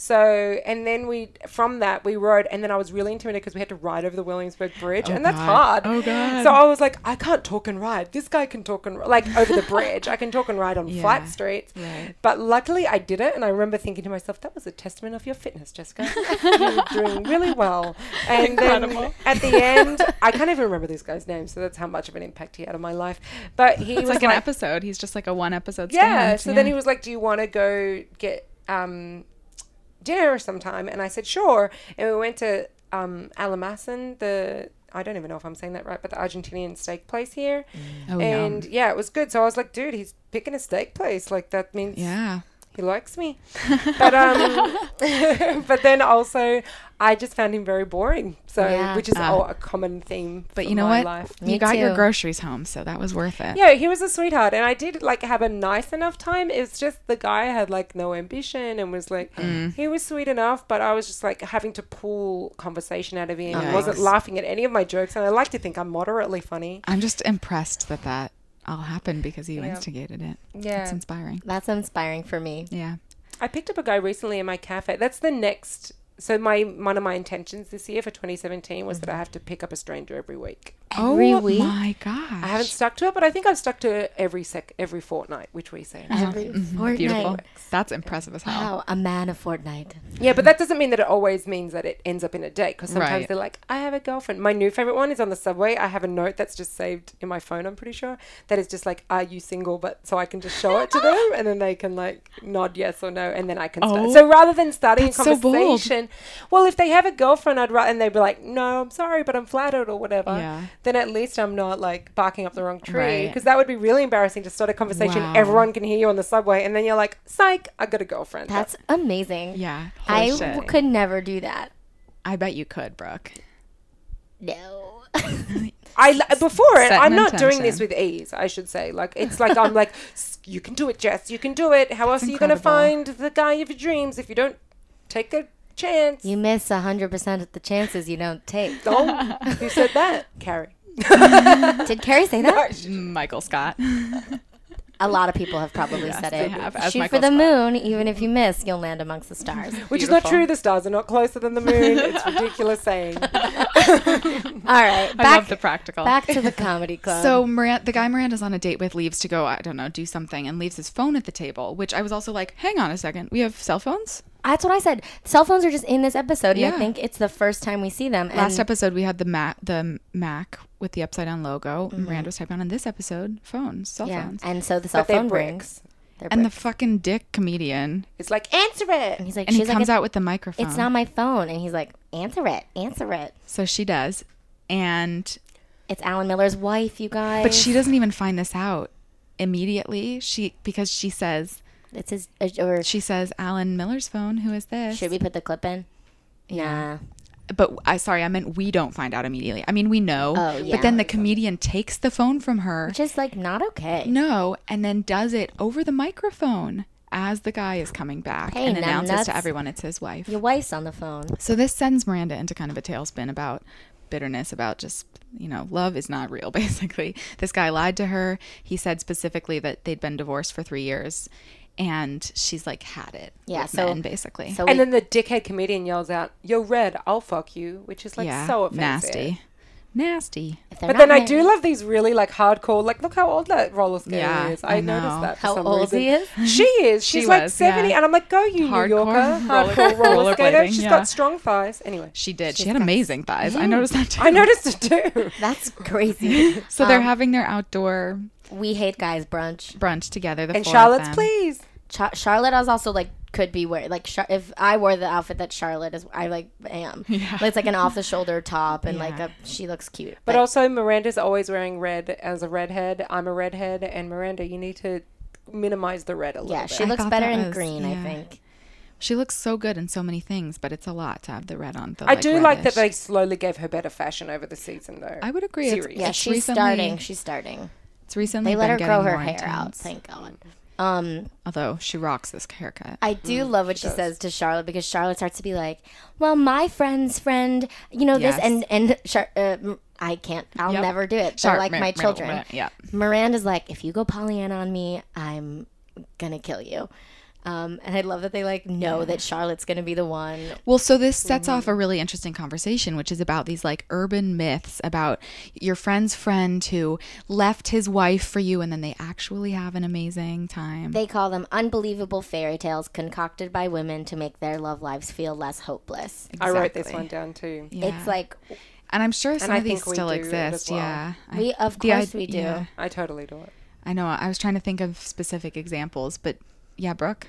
So and then we from that we rode and then I was really intimidated because we had to ride over the Williamsburg Bridge and that's
God.
hard.
Oh, God.
So I was like, I can't talk and ride. This guy can talk and ri- like over the bridge. I can talk and ride on flat streets.
right.
But luckily, I did it, and I remember thinking to myself, that was a testament of your fitness, Jessica. You're doing really well. And then
Incredible.
at the end, I can't even remember this guy's name, so that's how much of an impact he had on my life. But he
It's
was
like, an episode. He's just like a one episode.
yeah.
stand,
So then he was like, "Do you want to go get um, dinner sometime?" And I said, "Sure." And we went to um, Alamasan, the I don't even know if I'm saying that right, but the Argentinian steak place here.
Oh, yum.
and yeah, it was good. So I was like, "Dude, he's picking a steak place. Like that means
yeah.
he likes me. But um, but then also, I just found him very boring. So,
Yeah.
which is oh, a common theme.
Ah. But
for
you know
my
what?
Life.
You
Me
got your
too.
groceries home, so that was worth it.
Yeah, he was a sweetheart, and I did like have a nice enough time. It's just the guy had like no ambition and was like
Mm.
he was sweet enough, but I was just like having to pull conversation out of him. He wasn't laughing at any of my jokes, and I like to think I'm moderately funny.
I'm just impressed that that all happened because you instigated it.
Yeah.
It's inspiring.
That's inspiring for me.
Yeah.
I picked up a guy recently in my cafe. That's the next. So my one of my intentions this year for 2017 was that I have to pick up a stranger every week.
Mm-hmm. Every
oh
week?
my gosh.
I haven't stuck to it, but I think I've stuck to it every sec every fortnight, which we say.
Every fortnight.
Mm-hmm. Beautiful. That's impressive as hell.
Wow, a man of Fortnite.
Yeah, but that doesn't mean that it always means that it ends up in a date because sometimes
Right.
they're like, I have a girlfriend. My new favorite one is on the subway. I have a note that's just saved in my phone, I'm pretty sure, that is just like, Are you single? But so I can just show it to them and then they can like nod yes or no and then I can start.
Oh,
So rather than starting a
that's so bold.
conversation, well, if they have a girlfriend, I'd rather, and they'd be like, No, I'm sorry, but I'm flattered or whatever,
Yeah.
then at least I'm not like barking up the wrong tree
Right.
because that would be really embarrassing to start a conversation.
Wow.
Everyone can hear you on the subway and then you're like, Psych, I got a girlfriend.
That's amazing.
Yeah. Holy
I
shit.
w- could never do that.
I bet you could, Brooke.
No.
I li- before it,
Set an
I'm not doing
intention.
this with ease. I should say, like it's like I'm like, "S- you can do it, Jess. You can do it. How else are you going to find
incredible.
the guy of your dreams if you don't take a chance?
you miss 100% of the chances you don't take.
Oh, who said that, Carrie?
Did Carrie say that?
Michael Scott.
A lot of people have probably said
they
it.
have, as
Shoot
Michael
for the
Scott.
moon. Even if you miss, you'll land amongst the stars.
Which is not
Beautiful.
true. The stars are not closer than the moon. It's a ridiculous saying.
All right.
I love the practical.
Back to the comedy club.
So Miranda, the guy Miranda's on a date with leaves to go, I don't know, do something and leaves his phone at the table, which I was also like, hang on a second, we have cell phones?
that's what I said. Cell phones are just in this episode, and I
Yeah.
think it's the first time we see them.
Last
and
episode we had the Mac the Mac with the upside down logo. Miranda was typing on in this episode, phones, cell
Mm-hmm. yeah,
phones.
and so the cell
they're
phone
bricks.
rings. They're
And the
bricks.
fucking dick comedian.
It's like answer it.
he's like,
And
she's
he comes
like,
out with the microphone.
it's not my phone, and he's like, answer it, answer it.
so she does. And
It's Alan Miller's wife, you guys.
but she doesn't even find this out immediately. She because she says
it's his uh, or
she says Alan Miller's phone, who is this?
should we put the clip in? Yeah.
but I sorry, I meant we don't find out immediately. I mean, we know,
Oh, yeah.
but then the comedian takes the phone from her.
Which is like not okay.
No, and then does it over the microphone as the guy is coming back
Hey,
and
now
announces to
that's-
everyone it's his wife.
Your wife's on the phone.
So this sends Miranda into kind of a tailspin about bitterness, about just, you know, love is not real, basically. This guy lied to her. He said specifically that they'd been divorced for three years. And she's like had it.
Yeah,
with
so-
men, basically.
So
And
we-
then the dickhead comedian yells out, "Yo, red, I'll fuck you," which is like
yeah,
so offensive.
nasty, nasty.
if they're
But
not
then I do
married-
love these really like hardcore. Like, look how old that roller skater
Yeah,
is. I,
I
noticed
know.
that. For
How
some
old
reason.
he is?
She is.
She
She's like
was,
seventy,
yeah.
and I'm like, go you
Hardcore
New Yorker,
roller-
hardcore roller skater.
rollerblading,
She's
yeah.
got strong thighs. Anyway,
She did. she had amazing thighs. I noticed that too.
I noticed it too.
That's crazy.
So they're having their outdoor
we hate guys brunch.
brunch together. The
And
four of
Charlotte's
them.
please.
Char- Charlotte is also like could be wear like Char- if I wore the outfit that Charlotte is, I like am. Like, it's like an off the shoulder top and like a she looks cute.
But also, Miranda's always wearing red as a redhead. I'm a redhead, and Miranda, you need to minimize the red a little
yeah,
bit.
she looks
thought
better
that
in
was-
green. I
yeah.
think
She looks so good in so many things, but it's a lot to have the red on. The,
I do like
reddish.
that they slowly gave her better fashion over the season, though.
I would agree. It's-
Serious.
yeah,
It's
she's
recently-
starting. She's starting.
It's recently
They let her
been
grow
getting
her
more
hair out.
intense.
Thank God. Um,
Although she rocks this haircut.
I do love what she, says to Charlotte because Charlotte starts to be like, "Well, my friend's friend, you know this,"
Yes.
and and Char- uh, m- I can't, I'll
Yep.
never do it. They're
Char-
like
meh,
my
meh,
children.
meh, yeah.
Miranda's like, "If you go Pollyanna on me, I'm gonna kill you." Um, and I love that they like know that Charlotte's gonna be the one.
Well, so this sets off a really interesting conversation, which is about these like urban myths about your friend's friend who left his wife for you and then they actually have an amazing time.
They call them unbelievable fairy tales concocted by women to make their love lives feel less hopeless.
I wrote this
Exactly.
one down too.
It's like
And I'm sure some
I
of these
think we
still
do it as
exist.
well.
Yeah. I-
we, of
the id-
course, we do.
yeah.
I totally do it.
I know. I was trying to think of specific examples, but yeah, Brooke.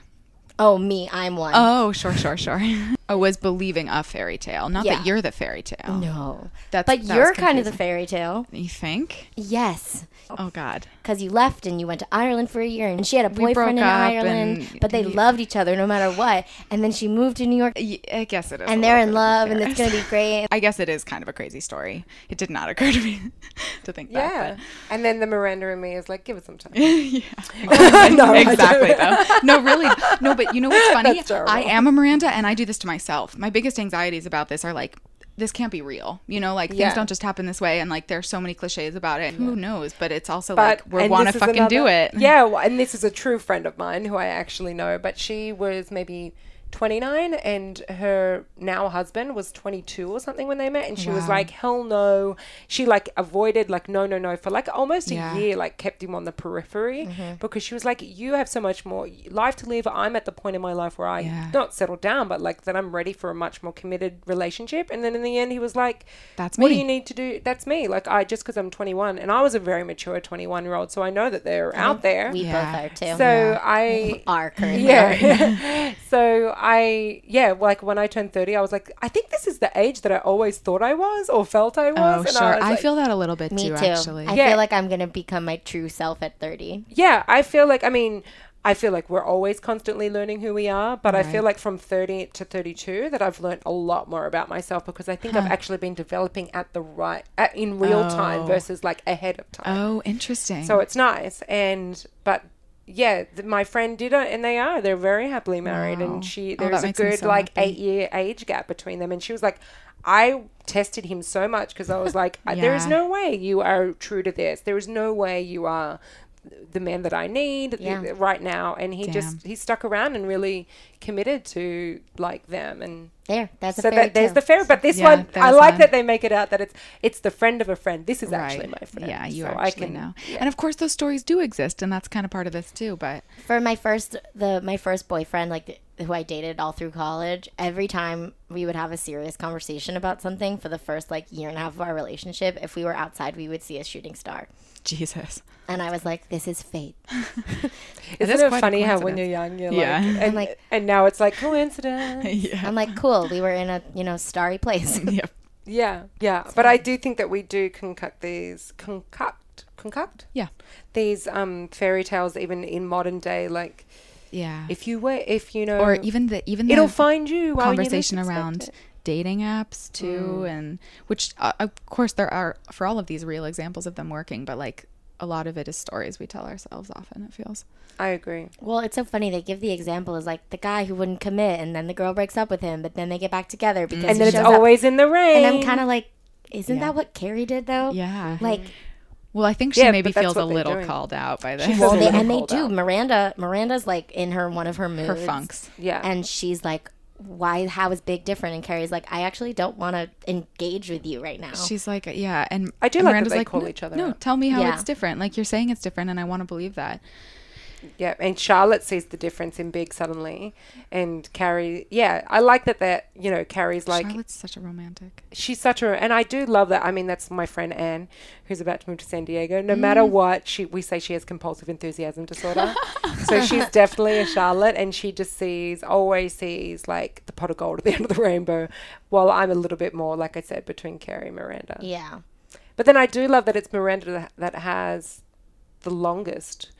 Oh, me, I'm one.
Oh, sure, sure, sure. I was believing a fairy tale, not
Yeah.
that you're the fairy tale.
No.
That's-
but
that
you're
was
kind of the
confusing.
fairy tale.
You think?
Yes.
Oh God.
because you left and you went to Ireland for a year, and she had a
We broke
boyfriend in
up
Ireland,
and-
but they loved each other no matter what. And then she moved to New York,
Y- I guess it is.
and
a
they're
little bit of
in
a
love, and it's
comparison.
gonna be great.
I guess it is kind of a crazy story. It did not occur to me to think
Yeah.
that.
And then the Miranda in me is like, give it some time.
But exactly though. No, really. No, but you know what's funny?
terrible.
I am a Miranda and I do this to myself. My biggest anxieties about this are like this can't be real. You know, like
Yeah.
things don't just happen this way and like there's so many clichés about it. Who knows? But it's also
but
like we
and
want
this
to
is
fucking do
another-
it.
Yeah, well, and this is a true friend of mine who I actually know, but she was maybe 29 and her now husband was 22 or something when they met and she was like hell no she like avoided like no no no for like almost a
Yeah. Mm-hmm.
year like kept him on the periphery because she was like you have so much more life to live i'm at the point in my life where i
Yeah.
not settled down but like that i'm ready for a much more committed relationship and then in the end he was like
That's
what do
me."
you need to do that's me like i just because i'm 21 and i was a very mature 21 year old so i know that they're out there
We
Yeah.
both are too.
so i
are currently.
yeah so i yeah like when i turned 30 i was like i think this is the age that i always thought i was or felt i
Oh,
was
sure.
I,
I,
was like-
feel that a little bit
Me
too,
too.
actually.
I
Yeah.
feel like I'm gonna become my true self at 30.
yeah i feel like i mean i feel like we're always constantly learning who we are but i feel like from 30 to 32 that i've learned a lot more about myself because i think i've actually been developing at the right at, in real time versus like ahead of time
oh, interesting.
So it's nice. And but yeah, th- my friend did it, and they are. They're very happily married, and she
Oh,
there's
that
a
makes me
good
so
like
happy.
eight year age gap between them. And she was like, I tested him so much because I was like, "I- there is
Yeah.
no way you are true to this. There is no way you are the man that I need th-
Yeah.
th- right now. And he just he stuck around and really committed to like them and.
There, that's a
So
fairy
that, there's
tale.
the fairy, but this
Yeah,
one I
there's
like
one.
that they make it out that it's it's the friend of a friend. This is actually my friend.
Yeah, you
So
actually know. And of course, those stories do exist, and that's kind of part of this too. But
for my first the my first boyfriend like who I dated all through college every time we would have a serious conversation about something for the first like year and a half of our relationship if we were outside we would see a shooting star
Jesus,
and I was like this is fate
It
Isn't
is
it
quite a
funny how when you're young, you're
Yeah.
like, and,
like-
and now it's like coincidence.
I'm like cool we were in a you know starry place
yep.
yeah, yeah. But I do think that we do concoct these concoct concoct
Yeah.
these um fairy tales even in modern day. Like
Yeah.
if you were, if you know,
or even the even the
it'll find you. while you least
conversation
expect
around
it. Mm.
dating apps too, and which uh, of course there are for all of these real examples of them working, but like a lot of it is stories we tell ourselves. Often it feels.
I agree.
well it's so funny they give the example is like the guy who wouldn't commit and then the girl breaks up with him but then they get back together because
And
he
then it's
shows up.
always in the rain.
and I'm kind of like isn't that what Carrie did though
Yeah.
like
Well, I think she
Yeah,
maybe
but that's
feels
what
a
they're
little
doing.
called out by
She
this.
feels a
Well, they,
little
and they
called
do.
out.
Miranda, Miranda's like in her one of her moods,
funks.
Yeah.
and she's like, "Why? How is Big different?" And Carrie's like, "I actually don't want to engage with you right now."
She's like, yeah, and
I do
and
like that
Miranda's
they call
"No-
each other
No,
out."
tell me how
Yeah.
it's different. Like you're saying it's different, and I want to believe that.
Yeah, and Charlotte sees the difference in Big suddenly, and Carrie. Yeah, I like that. That you know, Carrie's like
Charlotte's oh, such a romantic.
she's such a, and I do love that. I mean, that's my friend Anne, who's about to move to San Diego. No matter what, she we say she has compulsive enthusiasm disorder, so she's definitely a Charlotte, and she just sees always sees like the pot of gold at the end of the rainbow. While I'm a little bit more, like I said, between Carrie and Miranda.
yeah,
But then I do love that it's Miranda tha- that has the longest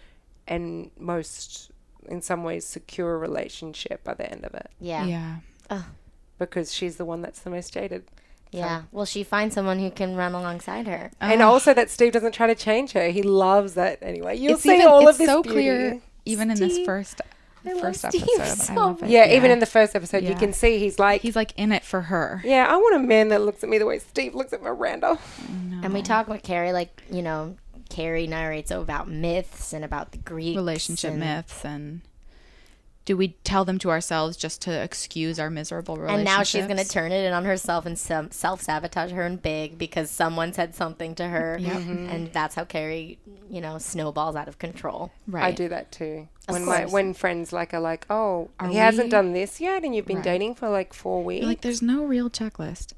and most, in some ways, secure relationship by the end of it
yeah, yeah,
yeah.
because she's the one that's the most jaded.
Well, she finds someone who can run alongside her.
And
Oh.
also that Steve doesn't try to change her. He loves that anyway. You'll
it's
see
even,
all
it's
of this
so
beauty.
clear even in this
Steve.
first first
Steve
episode.
so
I love it.
Yeah, even in the first episode, you
Yeah.
can see he's like,
he's like in it for her.
yeah, I want a man that looks at me the way Steve looks at Miranda.
And we talk with Carrie, like you know, Carrie narrates about myths and about the Greeks,
Relationship
and,
myths and do we tell them to ourselves just to excuse our miserable
And
relationships?
now she's gonna turn it in on herself and some self sabotage her and Big because someone said something to her, and that's how Carrie, you know, snowballs out of control.
right.
I do that too. when my when friends like are like, oh, he
we-
hasn't done this yet, and you've been dating for like four weeks.
You're like there's no real checklist.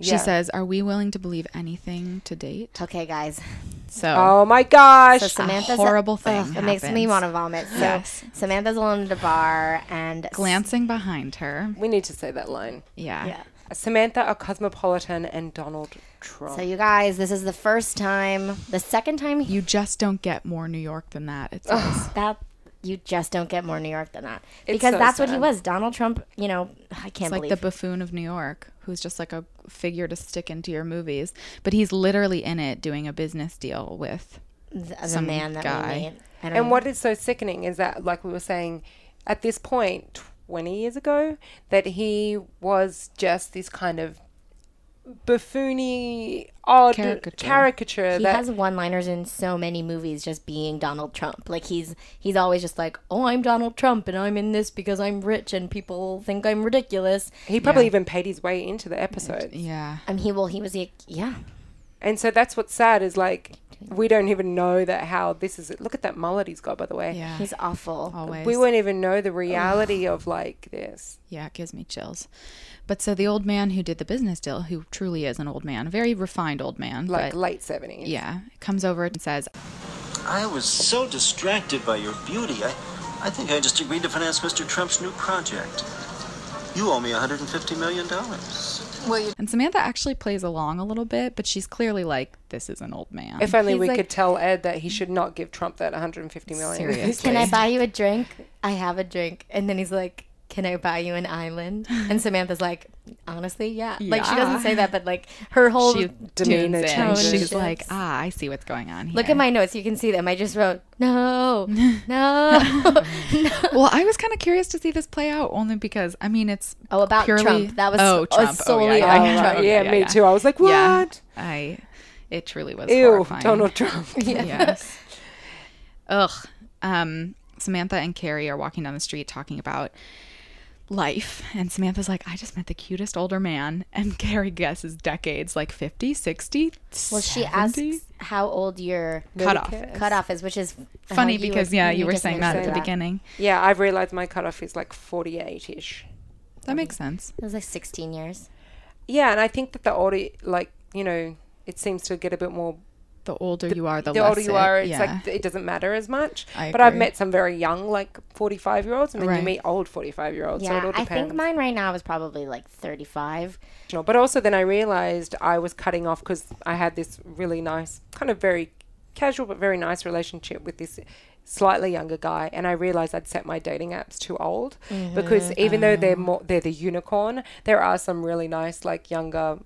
She
Yeah.
says, "Are we willing to believe anything to date?"
Okay, guys,
So
Oh my gosh.
So Samantha's
horrible thing
it makes me
happens.
want to vomit. So
Yes.
Samantha's alone at a bar and
glancing behind her.
we need to say that line.
Yeah.
Yeah.
Samantha, a cosmopolitan, and Donald Trump.
So you guys, this is the first time, the second time he-
You just don't get more New York than that. It's always-
that you just don't get more New York than that
It's
because
so
that's what he
sad.
was. Donald Trump, you know, I can't
It's like
believe
the buffoon of New York, who's just like a figure to stick into your movies, but he's literally in it doing a business deal with.
the, the
some
man that
guy.
we meet. I don't
And what is so sickening is that, like we were saying, at this point, 20 years ago, that he was just this kind of buffoony, odd
Caricature.
caricature,
he
that
has one-liners in so many movies just being Donald Trump. Like he's he's always just like, "Oh, I'm Donald Trump and I'm in this because I'm rich and people think I'm ridiculous."
he probably even paid his way into the episode.
Yeah.
I mean, he well, he was the yeah.
And so that's what's sad is like, we don't even know that how this is. Look at that mullet he's got, by the way.
Yeah. Oh,
He's awful.
always.
We won't even know the reality of like this.
Yeah, it gives me chills. But so the old man who did the business deal, who truly is an old man, a very refined old man,
Like
but
late 70s.
yeah, comes over and says,
I was so distracted by your beauty. I, I think I just agreed to finance Mr. Trump's new project. You owe me $150 million.
and Samantha actually plays along a little bit, but she's clearly like, this is an old man.
If only
He's
we
like,
could tell Ed that he should not give Trump that 150 million.
seriously.
Can I buy you a drink? I have a drink. And then he's like, Can I buy you an island? And Samantha's like, Honestly, yeah. Like she doesn't say that, but like her whole
she tunes
demeanor
in.
changes.
She's like, ah, I see what's going on here.
Look at my notes. You can see them. I just wrote, no, no.
Well, I was kind of curious to see this play out only because I mean it's
Oh, about
purely-
Trump. That was
oh
so- oh,
Trump
solely
oh, yeah, yeah,
about
yeah,
Trump.
okay,
Yeah, me too. I was like,
Yeah.
what?
I it truly was
Ew,
horrifying.
Donald Trump.
yes. Ugh. Um, Samantha and Carrie are walking down the street talking about life. And Samantha's like, I just met the cutest older man. And Carrie guesses decades, like 50, 60,
Well, she
70?
asks how old your
Cutoff.
cutoff is, which is
Funny
how you
because,
were-
yeah, you were
just
saying that at the
mentioned
beginning.
Yeah, I've realized my cutoff is like 48 ish.
That makes sense.
It was like 16 years.
Yeah, and I think that the older, like, you know, it seems to get a bit more.
The older you are, the,
The
less
older you
it-
are, it's
yeah.
like it doesn't matter as much.
I
but I've
agree.
met some very young, like 45 year olds, and then
Right.
you meet old 45 year olds. so it
Yeah,
all
I
depends.
think mine right now is probably like 35.
professional. But also, then I realized I was cutting off because I had this really nice, kind of very casual but very nice relationship with this slightly younger guy, and I realized I'd set my dating apps too old
Mm-hmm.
because even though they're
Oh.
more, they're the unicorn, there are some really nice like younger.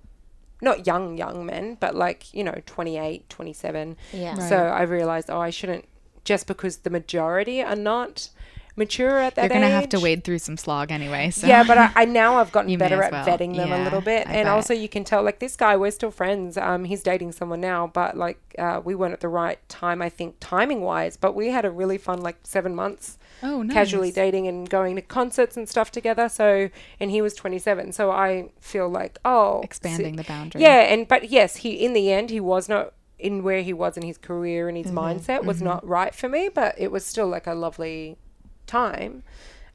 Not young, young men, but like, you know, 28, 27.
Yeah.
So I realized, oh, I shouldn't, just because the majority are not mature at that
You're
age.
going to have to wade through some slog anyway. So.
Yeah, but I, I now I've gotten
You may
better
as
at
well.
vetting them
Yeah,
a little bit,
I
and
bet.
also you can tell like this guy we're still friends. Um, he's dating someone now, but like uh, we weren't at the right time, I think, timing wise. But we had a really fun like seven months.
Oh,
Casually
nice.
dating and going to concerts and stuff together. So, and he was 27. So I feel like, oh,
Expanding the boundary.
Yeah, and but yes, he in the end he was not in where he was in his career and his
Mm-hmm.
mindset was not right for me, but it was still like a lovely time.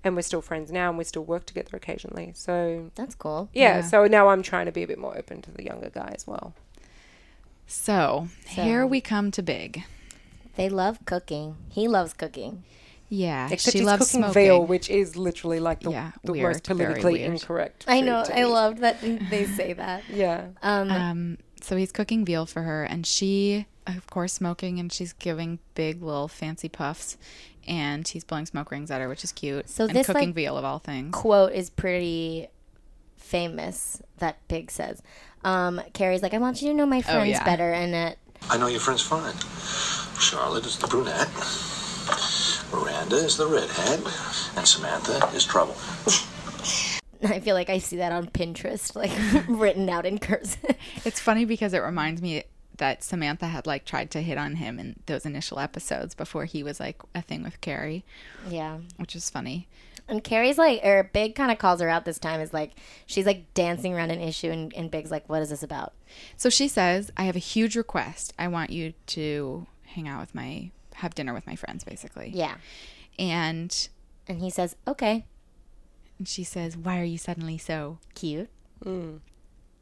And we're still friends now and we still work together occasionally. So
That's cool.
yeah, so now I'm trying to be a bit more open to the younger guy as well.
So, here we come to big.
They love cooking. He loves cooking.
Yeah,
Except
she
he's
loves
cooking
smoking.
veal, which is literally like the,
Yeah,
the
weird,
most
very
politically
weird.
incorrect.
I
food
know.
to
I
eat.
loved that they say that.
Yeah.
Um, so he's cooking veal for her, and she, of course, smoking, and she's giving big little fancy puffs, and he's blowing smoke rings at her, which is cute.
So
and
this,
cooking
like-
veal of all things.
Quote is pretty famous that Big says. Um, Carrie's like, I want you to know my friends
yeah.
better, and it
I know your friend's fine. Charlotte is the brunette. Miranda is the redhead. And Samantha is trouble.
I feel like I see that on Pinterest, like written out in cursive.
It's funny because it reminds me that Samantha had like tried to hit on him in those initial episodes before he was like a thing with Carrie,
yeah.
which is funny.
And Carrie's like, or Big kind of calls her out this time. Is like, she's like dancing around an issue, and, and Big's like, What is this about?
So she says, I have a huge request. I want you to hang out with my, have dinner with my friends, basically.
Yeah.
And
And he says, Okay,
she says, Why are you suddenly so
cute.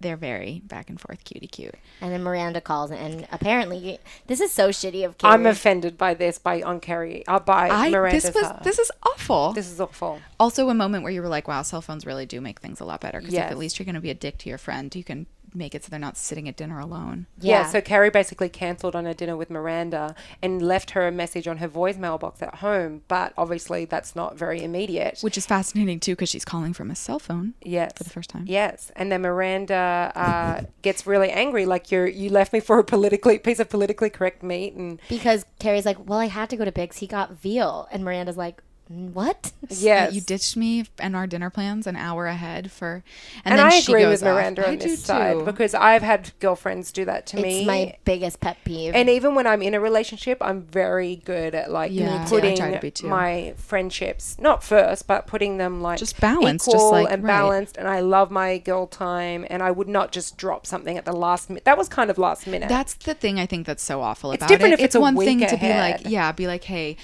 they're very back and forth, cutie cute.
And then Miranda calls, and apparently this is so shitty of Carrie.
I'm offended by this by on Carrie. Uh, by
I
Miranda's.
this was
uh,
this is awful.
this is awful.
also a moment where you were like, wow, cell phones really do make things a lot better. Because if
Yes.
at least you're going to be a dick to your friend, you can make it so they're not sitting at dinner alone.
Yeah.
Yeah.
so Carrie basically cancelled on her dinner with Miranda and left her a message on her voicemail box at home, but obviously that's not very immediate.
Which is fascinating too, because she's calling from a cell phone.
Yes.
For the first time.
Yes. And then Miranda uh, gets really angry, like you you left me for a politically piece of politically correct meat and
because Carrie's like, well, I had to go to Biggs. He got veal, and Miranda's like, "Mm, what?
yes.
You ditched me and our dinner plans an hour ahead for, and,
and
then
I
she
agree
goes
with
off.
Miranda
I
on
do
this side
too.
because I've had girlfriends do that to me.
It's my biggest pet peeve.
and even when I'm in a relationship, I'm very good at like
Yeah, Me too. I
putting
try to be too.
my friendships not first, but putting them like
Just balanced, just
equal
like-
and
right.
balanced. And I love my girl time, and I would not just drop something at the last minute. That was kind of last minute.
That's the thing I think that's so awful about
different
it.
if it's a
one
week
thing to be
ahead.
like, yeah, be like, hey,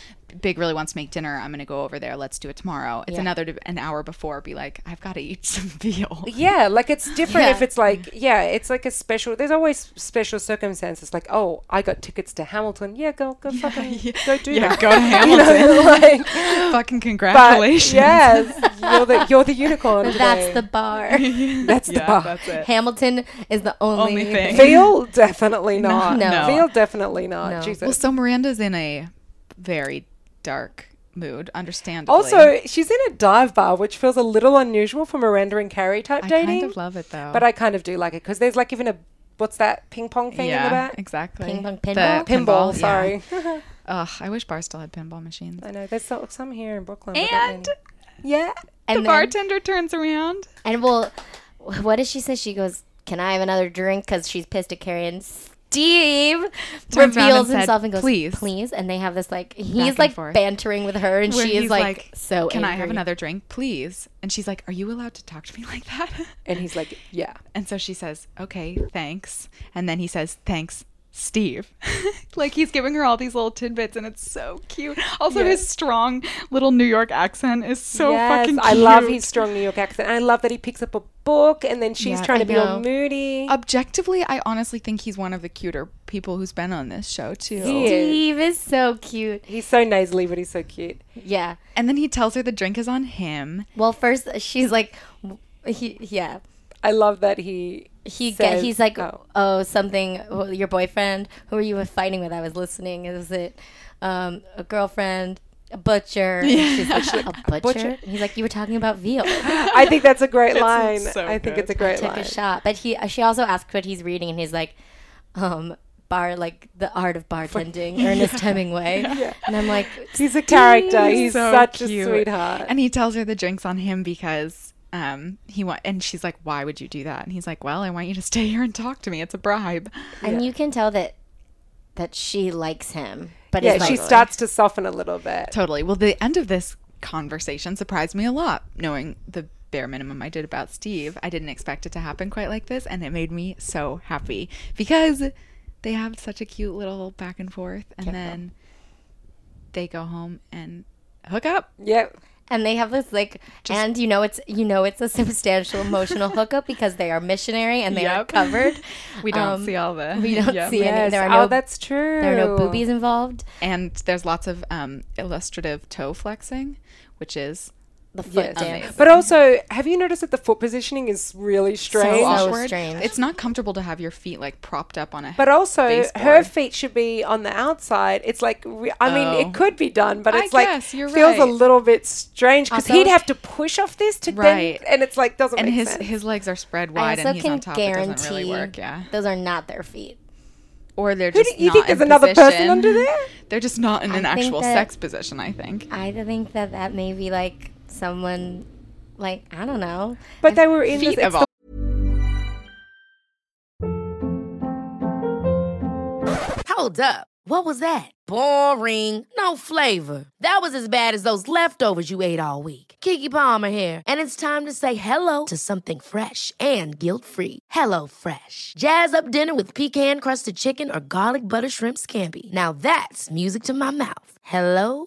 Big really wants to make dinner. I'm going to go over there. Let's do it tomorrow. It's another to, an hour before. Be like, I've got to eat some veal.
yeah, like it's different
Yeah.
if it's like yeah, it's like a special. There's always special circumstances. Like oh, I got tickets to Hamilton. Yeah, go go fucking go do
Yeah,
that.
go to
You know,
Hamilton.
like,
Fucking
but
congratulations.
yes, you're the you're the unicorn.
that's
today.
the bar.
that's the bar.
Hamilton is the only,
Only thing.
Veal, definitely not.
No. No.
Veal, definitely not. Jesus.
Well, so Miranda's in a very dark mood, understandably.
also, she's in a dive bar, which feels a little unusual for Miranda and Carrie type
I
dating.
kind of love it though.
But I kind of do like it because there's like even a what's that ping pong thing in the
yeah,
back?
exactly.
Ping pong
The
pinball?
Pinball.
yeah.
Sorry.
Ugh, I wish bars still had pinball machines.
I know there's so, some here in Brooklyn. but not
And
many. yeah,
the
then-
bartender turns around.
And well, what does she say? She goes, "Can I have another drink?" Because she's pissed at Carrie and Steve
around and
reveals
said,
himself and goes,
"Please."
please." And they have this like
Back
he's
and
like
forth.
bantering with her, and
where
she is
he's
like, so.
Can I have
angry."
another drink, please? And she's like, Are you allowed to talk to me like that?
and he's like, yeah,
And so she says, Okay, thanks. And then he says, Thanks. Steve. like he's giving her all these little tidbits and it's so cute. Also his strong little New York accent is so
yes.
fucking cute.
I love his strong New York accent. I love that he picks up a book and then she's
Yeah,
trying to
I
be
know.
all moody.
Objectively, I honestly think he's one of the cuter people who's been on this show too.
He is.
Steve is so cute.
He's so nasally, but he's so cute.
Yeah.
And then he tells her the drink is on him.
Well, first she's like, w- he, yeah.
I love that he
He
says,
get, he's like,
oh.
oh, something. well, Your boyfriend? Who are you fighting with? I was listening. Is it um, a girlfriend? A butcher? And She's like, a butcher? And he's like, you were talking about veal.
I think that's a great line. I think it's a great
Took a
line.
shot, but he she also asked what he's reading, and he's like, um, bar like the art of bartending, Ernest Hemingway. And I'm like,
He's a character. He's
so
such
cute.
a sweetheart.
And he tells her the drink's on him because um he want and she's like, Why would you do that? And he's like, Well, I want you to stay here and talk to me. It's a bribe.
and you can tell that that she likes him, but
yeah,
it's like,
she starts to soften a little bit.
Totally. Well, the end of this conversation surprised me a lot, knowing the bare minimum I did about Steve. I didn't expect it to happen quite like this, and it made me so happy because they have such a cute little back and forth, and then they go home and hook up.
Yep.
and they have this like, and you know it's you know it's a substantial emotional hookup because they are missionary and they are
Yep.
covered.
We don't
Um,
see all the
We don't
Yep.
see any.
Yes.
There are no.
oh, that's true.
there are no boobies involved.
and there's lots of um, illustrative toe flexing, which is
The foot dance.
amazing.
But also, have you noticed that the foot positioning is really strange?
So
awkward.
strange.
It's not comfortable to have your feet like propped up on a.
But also, her
baseboard.
feet should be on the outside. It's like, re- I
Oh.
mean, it could be done, but
I
it's like
guess, you're
feels a
right.
little bit strange because
Also-
he'd have to push off this to
Right.
then, and it's like doesn't
and
make
his
sense.
his legs are spread
I
wide,
also
and he's
can
on top. It
guarantee
doesn't really work. Yeah.
those are not their feet.
or they're
Who
just
do- you
not
think there's
in
another person
position.
under there?
They're just not in an
I think
actual
that-
sex position. I think.
I think that that may be like someone, like I don't know.
But they were in
Feet
this. It's
evolve.
the,
Hold up. What was that? Boring. No flavor. That was as bad as those leftovers you ate all week. Kiki Palmer here, and it's time to say hello to something fresh and guilt-free. Hello Fresh. Jazz up dinner with pecan-crusted chicken or garlic butter shrimp scampi. Now that's music to my mouth. Hello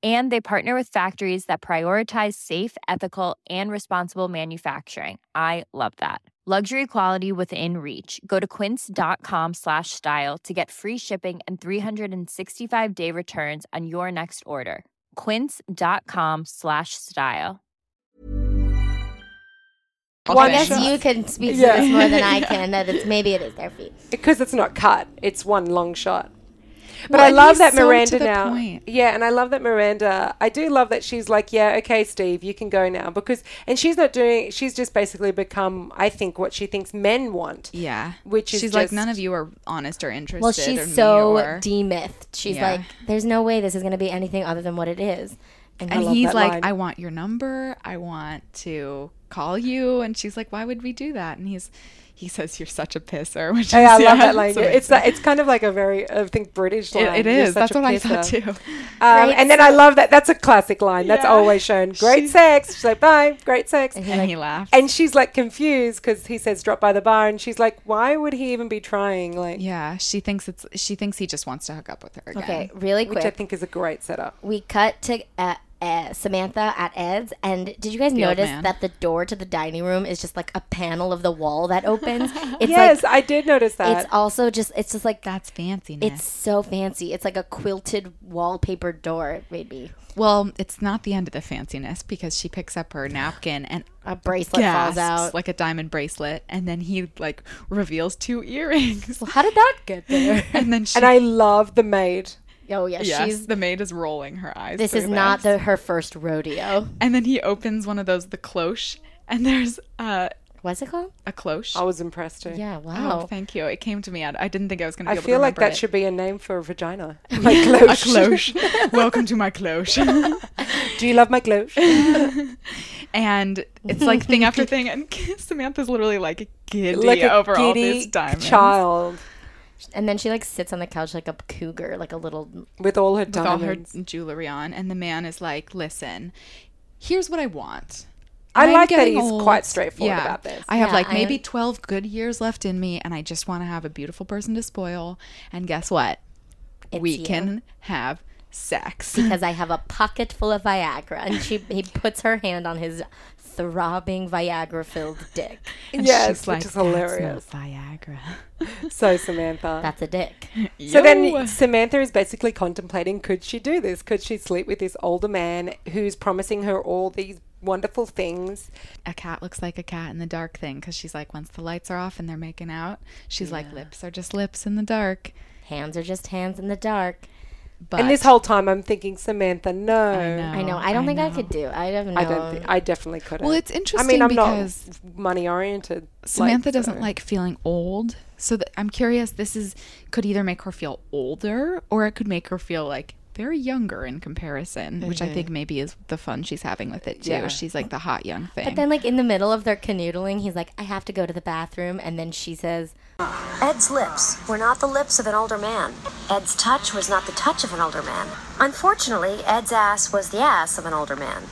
And they partner with factories that prioritize safe, ethical, and responsible manufacturing. I love that. Luxury quality within reach. Go to quince.com slash style to get free shipping and 365 day returns on your next order. Quince.com slash style.
Well, I
One
guess
shot.
you can speak
Yeah.
to this more than I can. That it's maybe it is their feet.
because it's not cut. It's one long shot. But
Well,
I
and
love
he's
that
so to
Miranda
the
now.
point.
Yeah, and I love that Miranda. I do love that she's like, yeah, okay, Steve, you can go now because, and she's not doing. She's just basically become, I think, what she thinks men want.
Yeah.
Which is
she's like,
just-
none of you are honest or interested.
Well,
in
she's
me
so
or-
demythed. She's
Yeah.
like, there's no way this is going to be anything other than what it is. And,
And
he-
he's
that
like,
line.
I want your number. I want to call you. And she's like, Why would we do that? And he's, he says, You're such a pisser. Which
Oh, Yeah, I
is,
love that line.
amazing.
It's that, it's kind of like a very I think British line.
It- it
You're
is.
such
That's
a
what I thought
pisser.
too.
Um,
Great
and then I love that. That's a classic line. That's
Yeah.
always shown. Great
She's-
sex. She's like, bye. Great sex.
And he laughs.
And she's like confused because he says drop by the bar, and she's like, why would he even be trying? Like,
yeah, she thinks it's she thinks he just wants to hook up with her again.
okay, really
which I
quick.
think is a great setup.
we cut to uh, uh, Samantha at Ed's, and did you guys
old
notice
man.
that the door to the dining room is just like a panel of the wall that opens? It's
yes,
like
I did notice that.
it's also just it's just like
That's fanciness.
It's so fancy. It's like a quilted wallpaper door. It made me
well, it's not the end of the fanciness because she picks up her napkin and
a bracelet falls
gasps,
out.
like a diamond bracelet, and then he like reveals two earrings.
How did that get there?
and then she,
and I love the maid.
Oh yeah,
yes,
she's.
the maid is rolling her eyes.
This is
through
not
this.
the, her first rodeo.
And then he opens one of those the cloche, and there's uh,
What's it called?
a cloche.
I was impressed too.
Yeah. Wow.
Oh, thank you. It came to me. I, I didn't think I was going to
I
be able to
feel like
remember
that
it.
should be a name for a vagina. My cloche.
a cloche. Welcome to my cloche.
Do you love my cloche?
and it's like thing after thing, and Samantha's literally like giddy
like a
over all
giddy
these diamonds.
child
and then she like sits on the couch like a cougar, like a little.
with all her
with all her
diamonds.
jewelry on, and the man is like, "Listen, here's what I want."
I
I'm
like that
getting
he's
old.
quite straightforward about this.
I have
Yeah,
like
I
maybe
am-
12 good years left in me, and I just want to have a beautiful person to spoil. And guess what? we
you.
can have sex.
Because I have a pocket full of Viagra, and she he puts her hand on his throbbing Viagra-filled dick.
And
Yes,
she's
which
like,
is
"That's not
hilarious."
Viagra.
So Samantha.
That's a dick.
so
Yo.
then Samantha is basically contemplating could she do this? Could she sleep with this older man who's promising her all these wonderful things?
a cat looks like a cat in the dark thing because she's like, once the lights are off and they're making out, she's like, lips are just lips in the dark.
Hands are just hands in the dark.
But
And this whole time I'm thinking, Samantha, no.
I know. I don't think I could do. I don't know.
I don't think I definitely couldn't.
Well, it's
I mean,
interesting
I'm
because
not money oriented.
Samantha doesn't like feeling old. So that I'm curious, this is could either make her feel older or it could make her feel like very younger in comparison, which
Mm-hmm.
I think maybe is the fun she's having with it too. She's like the hot young thing.
But then, like in the middle of their canoodling, he's like, "I have to go to the bathroom," and then she says,
Ed's lips were not the lips of an older man. Ed's touch was not the touch of an older man. Unfortunately, Ed's ass was the ass of an older man.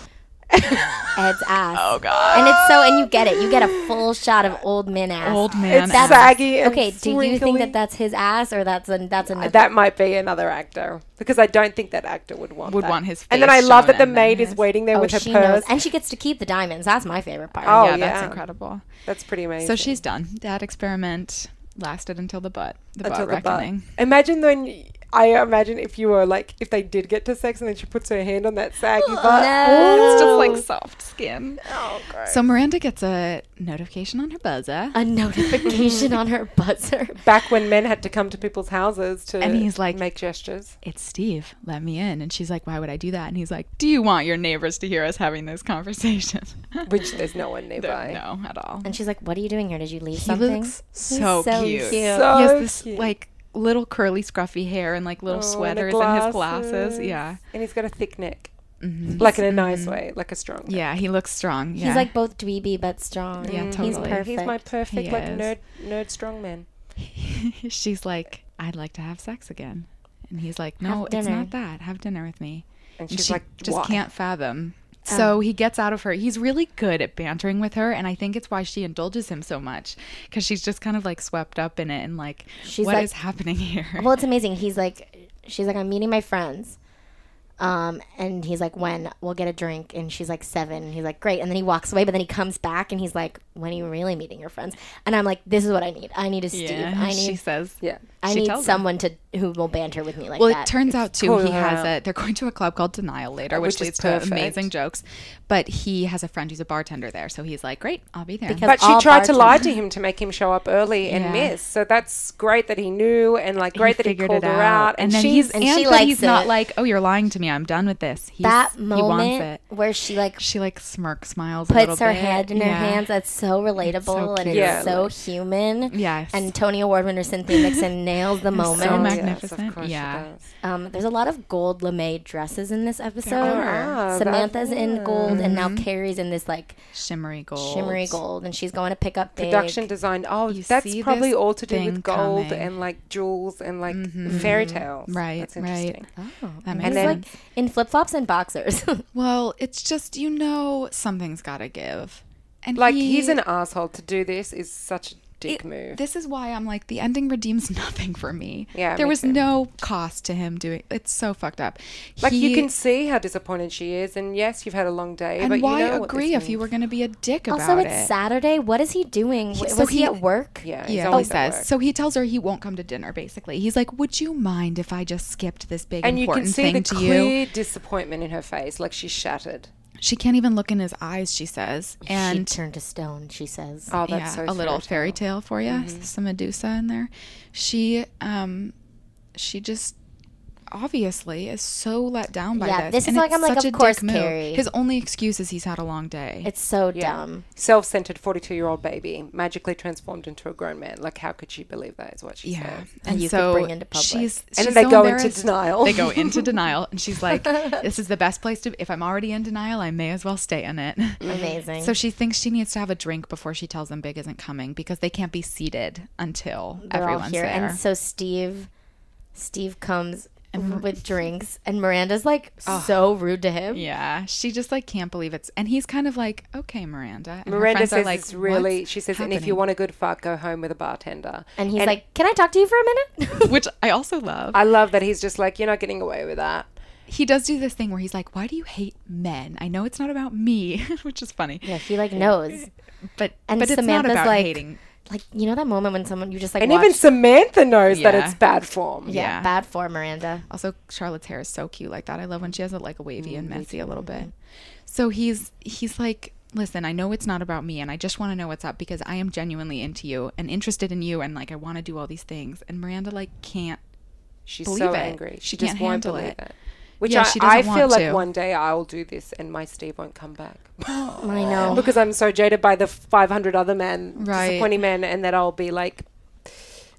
"Ed's ass." Oh God! And it's so, and you get it. You get a full shot of old man ass.
old man
It's
ass.
saggy. And
Okay. Do you think
wrinkly.
that that's his ass or that's an that's another?
that might be another actor because I don't think that actor would want
Would
that.
want his
And then I
face
love
shown
that the
and then
maid is
his-
waiting there
oh,
with her
she
purse.
and she gets to keep the diamonds. That's my favorite part.
Oh,
yeah, that's
yeah.
incredible.
That's pretty amazing.
So she's done. That experiment lasted until the butt. The
Until
butt
the butt.
reckoning.
Imagine then. I imagine if you were like, if they did get to sex and then she puts her hand on that saggy butt.
It's just like soft skin. Oh, great. So Miranda gets a notification on her buzzer.
A notification on her buzzer.
Back when men had to come to people's houses to
And he's like-
make gestures.
It's Steve. Let me in. And she's like, Why would I do that? And he's like, Do you want your neighbors to hear us having this conversation?
Which there's no one
They're
nearby.
no, at all.
And she's like, "What are you doing here? Did you leave
He
something?"
looks so,
so
cute.
cute.
he
So
has this
cute.
like little curly scruffy hair and like little
Oh, and the
sweaters and his glasses. Yeah. Mm-hmm.
And he's got a thick neck. Like in a nice way, like a strong neck.
Yeah, he looks strong. Yeah.
He's like both dweeby but strong.
Yeah,
He's
totally.
perfect.
He's my perfect
He
like
is.
nerd nerd strong man.
she's like, I'd like to have sex again. And he's like, No, it's
dinner."
not that. Have dinner with me.
And
And
she's
she
like,
just
"Why?"
can't fathom.
Um,
So he gets out of her. He's really good at bantering with her, and I think it's why she indulges him so much because she's just kind of like swept up in it and like, what is
She's like-
happening here?
Well, it's amazing. He's like, she's like, I'm meeting my friends. Um, and he's like, when we'll get a drink, and she's like, seven. And he's like, great. And then he walks away, but then he comes back and he's like, when are you really meeting your friends? And I'm like, this is what I need. I need a Steve. I
she
need,
says,
Yeah.
I
she
need
tells him.
someone to who will banter with me like
Well,
that.
it turns out too
totally
he has
out.
a. They're going to a club called Denial later,
Which
which,
is
leads to
perfect.
amazing jokes. But he has a friend who's a bartender there, so he's like, "Great, I'll be there."
Because-
But she
all
tried to lie to
bartenders.
him to make him show up early and
Yeah.
miss. So that's great that he knew and like great that he
figured
called her out.
and, then
she's
he's
And
and,
she
but
likes
he's not
it.
like, "Oh, you're lying to me. I'm done with this." He's,
that
he
moment
wants it.
where she like
She like smirks, smiles, a little
puts her
bit.
head in her
Yeah.
hands. That's so relatable and it's
cute.
Yeah.
so human.
Yes.
And Tony Award winner Cynthia Nixon nails the moment.
So
Yes, of
magnificent.
course she
yeah.
does.
Um, there's a lot of gold lame dresses in this episode.
are. Ah,
Samantha's in gold, and now
Mm-hmm.
Carrie's in this like
Shimmery gold.
shimmery gold, and she's going to pick up big.
Production design. Oh,
You
that's
see
probably
this
all to do
thing
with gold
coming. Mm-hmm.
and like jewels and like fairy tales.
Right,
That's
right. Oh,
interesting.
That makes
And
sense.
like in flip flops and boxers.
well, it's just you know something's got to give, and
Like
he-
he's an asshole to do this is such a dick move.
This is why I'm like the ending redeems nothing for me.
Yeah,
there
me
was
too.
no cost to him doing. It's so fucked up.
like you
He-
can see how disappointed she is, and yes, you've had a long day.
and
but
why
you know what this
agree if you
means.
were going to be a dick about
also, it's
it?
Saturday. What is he doing? W-
so
Was he,
he-
at work?
Yeah, he's
Yeah, he
always at work.
says. So he tells her he won't come to dinner. Basically, he's like, "Would you mind if I just skipped this big
and you
important
can see
thing
the
to you?"
clear disappointment in her face, like she's shattered.
She can't even look in his eyes. She says,
She
and
turned to stone. She says.
Oh, that's
yeah,
so Mm-hmm.
a little
fairy
fairy tale for you. Some Medusa in there. She, um, she just obviously is so let down by
Yeah,
this.
this is
and
like,
it's
I'm like,
such
of
a dick
course,
move.
Carrie.
His only excuse is he's had a long day.
It's so dumb.
self-centered 42-year-old baby magically transformed into a grown man. Like, how could she believe that? Is what she
yeah,
says.
and
you could
so
bring into public.
she's, she's
And they
so
go into
embarrassed.
denial.
They go into denial, and she's like, "This is the best place to. If I'm already in denial, I may as well stay in it."
Mm-hmm. Amazing.
So she thinks she needs to have a drink before she tells them Big isn't coming because they can't be seated until
They're all
everyone's
here,
there.
and so Steve, Steve comes with drinks, and Miranda's like so rude to him.
Yeah, she just like can't believe it's, and he's kind of like, okay, Miranda. And her
Miranda
friends are
says
like,
it's really.
"What's
She says, and if you
happening?"
want a good fuck, go home with a bartender.
And he's like, "Can I talk to you for a minute?"
which I also love.
I love that he's just like, you're not getting away with that.
he does do this thing where he's like, why do you hate men? I know it's not about me, which is funny,
yeah, he like knows.
but
And
but it's not
Samantha's
about
like,
hating.
like you know that moment when someone you just like
And
watch,
even Samantha knows that it's
Yeah.
bad form.
yeah,
yeah.
bad for Miranda.
Also, Charlotte's hair is so cute like that. I love when she has it like wavy
Mm,
and messy a little bit. So he's he's like, listen, I know it's not about me, and I just want to know what's up because I am genuinely into you and interested in you, and like I want to do all these things. And Miranda like can't
She's
Believe
so
it.
angry. She,
She
just
can't
won't
handle
believe it.
it.
Which
Yeah,
I,
she
I
doesn't
feel
want
like
to.
one day I'll do this and my Steve won't come back.
I know.
because I'm so jaded by the 500 other men,
Oh. Right.
disappointing men, and that I'll be like,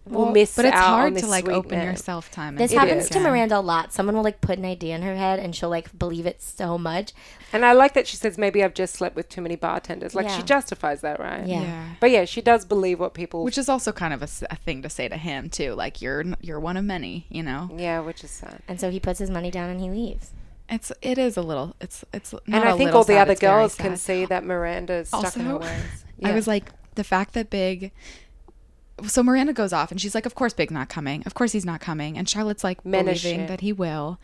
we'll miss
But it's
out on
hard
this
to like
sweet
open
man.
yourself time. and
This
stuff
happens to
again.
Miranda a lot. Someone will like put an idea in her head, and she'll like believe it so much.
And I like that she says maybe I've just slept with too many bartenders. Like she
Yeah.
justifies that, right?
Yeah.
Yeah.
But yeah, she does believe what people.
Which is also kind of a, s- a thing to say to him too. Like you're n- you're one of many, you know.
yeah, which is sad.
And so he puts his money down and he leaves.
It's it is a little. It's it's. Not
And
a
I think
little
all the
sad,
other
it's very
girls can
sad.
see that Miranda's stuck in her
Also,
ways.
I was like the fact that Big. So Miranda goes off and she's like, "Of course, Big's not coming. Of course, he's not coming." And Charlotte's like
Men as
believing
shit.
that he will.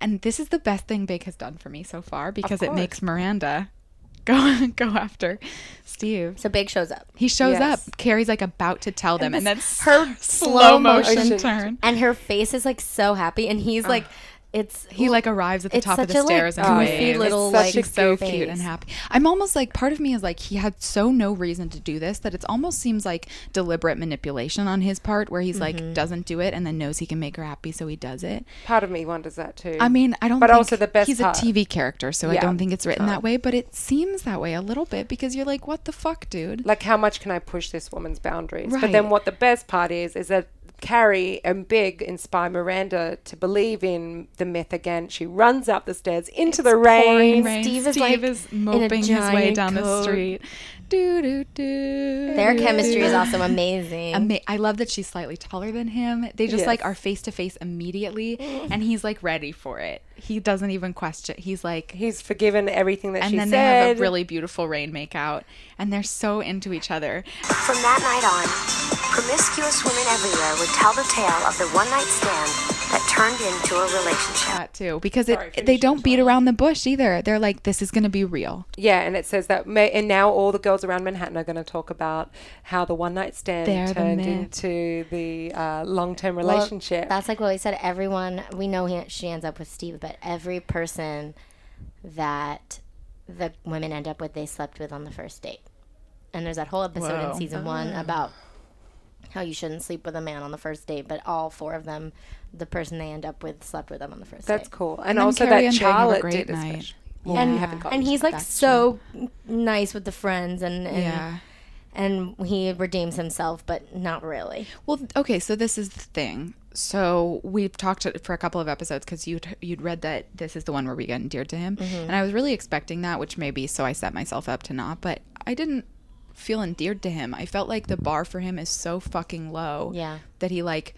And this is the best thing Big has done for me so far because it
course.
makes Miranda go go after Steve.
So Big shows up,
He shows
Yes.
up. Carrie's like about to tell them, and, that's her
slow
slow motion
motion.
turn.
and her face is like so happy, and he's like, "It's
He like arrives at the
It's
top of
such
the
a, like,
stairs and
goofy
waves.
little,
It's such
like,
a so
face.
cute and happy. I'm almost like part of me is like he had so no reason to do this that it almost seems like deliberate manipulation on his part, where he's
Mm-hmm.
like doesn't do it and then knows he can make her happy, so he does it.
part of me wonders that too.
I mean, I don't.
But
think
also the best
he's
part-
a TV character, so I
Yeah.
don't think it's written that way. But it seems that way a little bit because you're like, what the fuck, dude?
like how much can I push this woman's boundaries? But then
Right.
what the best part is is that Carrie and Big inspire Miranda to believe in the myth again. She runs up the stairs into the
pouring
rain.
rain.
Steve
Steve
is,
is,
like, in a
moping his way
giant
down the
coat.
street. Do, do, do.
Their chemistry is also amazing.
Ama- I love that she's slightly taller than him. They just like
Yes.
are face to face immediately, and he's like ready for it. He doesn't even question. He's like,
He's forgiven everything that
and
she
then they
said.
have a really beautiful rain makeout, and they're so into each other.
From that night on, promiscuous women everywhere would tell the tale of the one night stand that turned into a relationship.
That too, because it they don't beat around the bush either. They're like, this is gonna be real.
yeah, and it says that, ma- and now all the girls around Manhattan are going to talk about how the one night stand
They're the
turned
myth.
into the uh, long term
Well,
relationship.
that's like what we said. Everyone we know he, she ends up with Steve, but every person that the women end up with, they slept with on the first date. And there's that whole episode in season one about how you shouldn't sleep with a man on the first date, but all four of them, the person they end up with, slept with them on the first
That's
date.
cool. And,
And then
also
Carrie
that
and Jay have a
Charlotte
great
did
night.
especially. Well, we
And-
haven't gotten
And
to
he's
that.
like so nice with the friends, and, and
Yeah.
and he redeems himself, but not really.
Well, th- okay, so this is the thing. So we've talked it for a couple of episodes because you'd you'd read that this is the one where we got endeared to him,
Mm-hmm.
and I was really expecting that, which maybe so I set myself up to not, but I didn't feel endeared to him. I felt like the bar for him is so fucking low,
Yeah.
that he like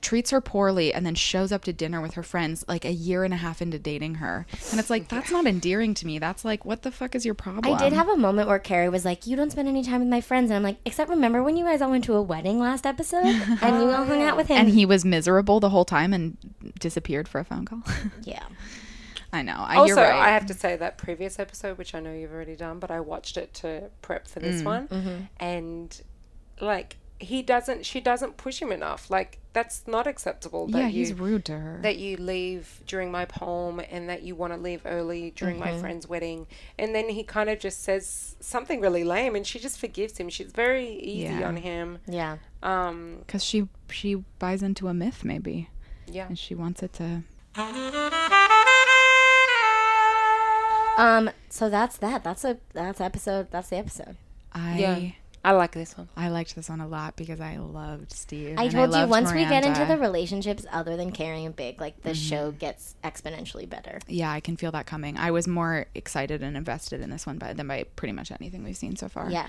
treats her poorly and then shows up to dinner with her friends like a year and a half into dating her, and it's like that's not endearing to me. That's like what the fuck is your problem?
I did have a moment where Carrie was like, "You don't spend any time with my friends," and I'm like, "Except remember when you guys all went to a wedding last episode and you all hung out with him?"
and he was miserable the whole time and disappeared for a phone call.
yeah,
I know. I,
Also,
you're right.
I have to say that previous episode, which I know you've already done, but I watched it to prep for
Mm,
this one,
mm-hmm.
and like he doesn't, she doesn't push him enough. Like that's not acceptable. That
yeah,
you,
he's rude to her.
That you leave during my poem, and that you want to leave early during
Mm-hmm.
my friend's wedding, and then he kind of just says something really lame, and she just forgives him. She's very easy
Yeah.
on him.
yeah.
Um,
Because she she buys into a myth, maybe,
yeah.
and she wants it to.
Um, so that's that. That's a that's episode. That's the episode.
I
Yeah. I like this one.
I liked this one a lot because I loved Steve.
I
and
told you
loved
once we get
Miranda.
into
Mm-hmm.
the relationships other than Carrie and Big, like the show gets exponentially better.
Yeah, I can feel that coming. I was more excited and invested in this one, but than by pretty much anything we've seen so far.
Yeah.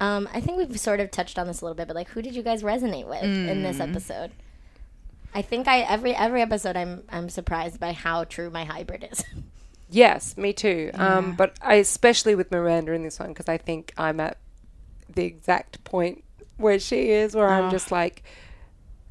Um, I think we've sort of touched on this a little bit, but like, who did you guys resonate with in this
Mm.
episode? I think I every every episode I'm I'm surprised by how true my hybrid is.
Yes, me too. Um, but I, especially with Miranda in this one, because I think I'm at the exact point where she is, where
Ah.
I'm just like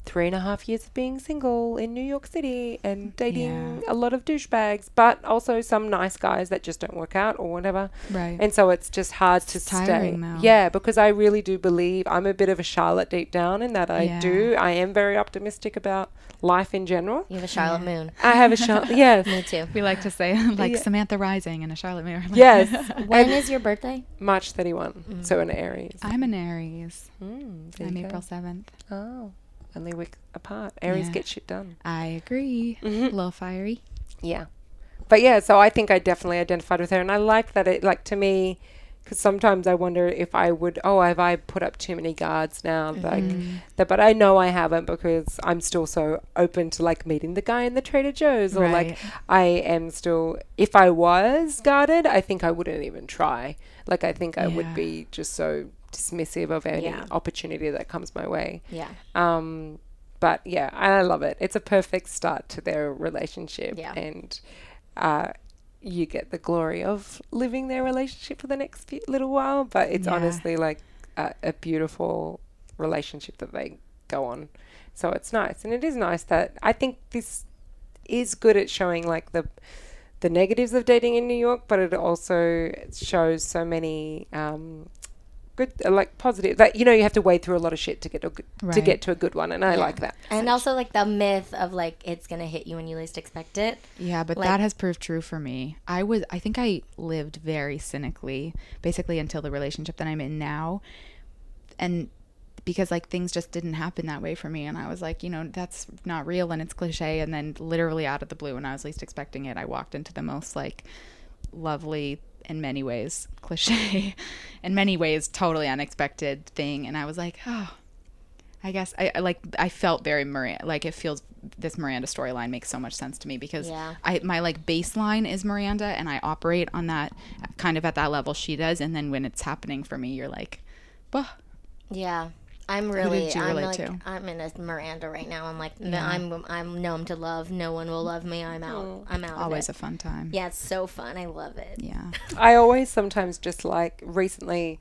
three and a half years of being single in New York City and dating a lot of douchebags, but also some nice guys that just don't work out or whatever.
Right.
And so it's just hard to stay.
tiring now.
Yeah, because I really do believe I'm a bit of a Charlotte deep down in that I
Yeah.
do. I am very optimistic about life in general.
you have a Charlotte Moon.
I have a Charlotte. Yeah.
Me too.
We like to say like Samantha Rising and a Charlotte Mayer.
Yes.
When is your birthday?
March 31.
Mm.
So an Aries.
I'm an Aries.
Hmm, there
I'm
you go.
April seventh.
Oh, only week apart. Aries
Yeah.
get shit done.
I agree.
Mm-hmm.
A little fiery.
Yeah. But yeah, so I think I definitely identified with her. And I like that it, like, to me, because sometimes I wonder if I would, oh, have I put up too many guards now? Like,
Mm-hmm.
that, but I know I haven't because I'm still so open to, like, meeting the guy in the Trader Joe's or, like,
Right.
I am still, if I was guarded, I think I wouldn't even try. Like, I think I would
Yeah.
be just so dismissive of any
Yeah.
opportunity that comes my way.
Yeah.
Um, but yeah, I love it. It's a perfect start to their relationship,
Yeah.
and uh, you get the glory of living their relationship for the next few, little while. But it's
Yeah.
honestly like a, a beautiful relationship that they go on. So it's nice, and it is nice that I think this is good at showing like the the negatives of dating in New York, but it also shows so many um, good, uh, like positive. That you know, you have to wade through a lot of shit to get a good, to
Right.
get to a good one, and I like that.
And also like the myth of like it's gonna hit you when you least expect it.
Yeah, but
Like-
that has proved true for me. I was I think I lived very cynically basically until the relationship that I'm in now. And because like things just didn't happen that way for me and I was like, you know, that's not real and it's cliché and then literally out of the blue when I was least expecting it, I walked into the most like lovely in many ways cliché in many ways totally unexpected thing and I was like, oh, I guess I, I like I felt very Miranda like it feels this Miranda storyline makes so much sense to me because
Yeah.
I my like baseline is Miranda and I operate on that kind of at that level she does. And then when it's happening for me, you're like, bah.
Yeah. I'm really,
you
I'm
relate
like,
to?
I'm in a Miranda right now. I'm like, no, I'm, I'm numb to love. No one will love me. I'm out. I'm out.
Always
of
a
it.
fun time.
yeah, it's so fun. I love it.
Yeah.
I always sometimes just like recently,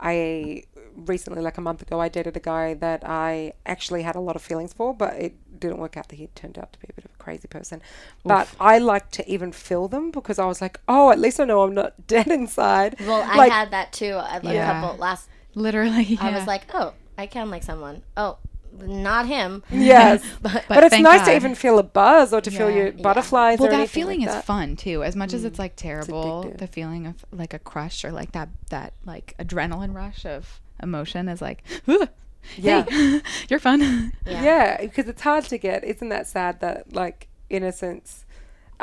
I recently like a month ago I dated a guy that I actually had a lot of feelings for, but it didn't work out that he turned out to be a bit of a crazy person. But I like to even feel them because I was like, oh, at least I know I'm not dead inside.
Well, I
Like,
had that too. I had a
Yeah.
couple last.
Literally.
I
yeah.
was like, oh, I can like someone. Oh, not him.
yes, but, it's
thank
nice to
God.
even feel a buzz or to feel your butterflies.
Well,
or
that
anything
feeling
like
is
that.
fun too. As much
Mm.
as it's like terrible,
addictive.
the feeling of like a crush or like that that like adrenaline rush of emotion is like, "Ooh,
Yeah.
hey, you're fun.
Yeah, because it's hard to get. Isn't that sad that like innocence,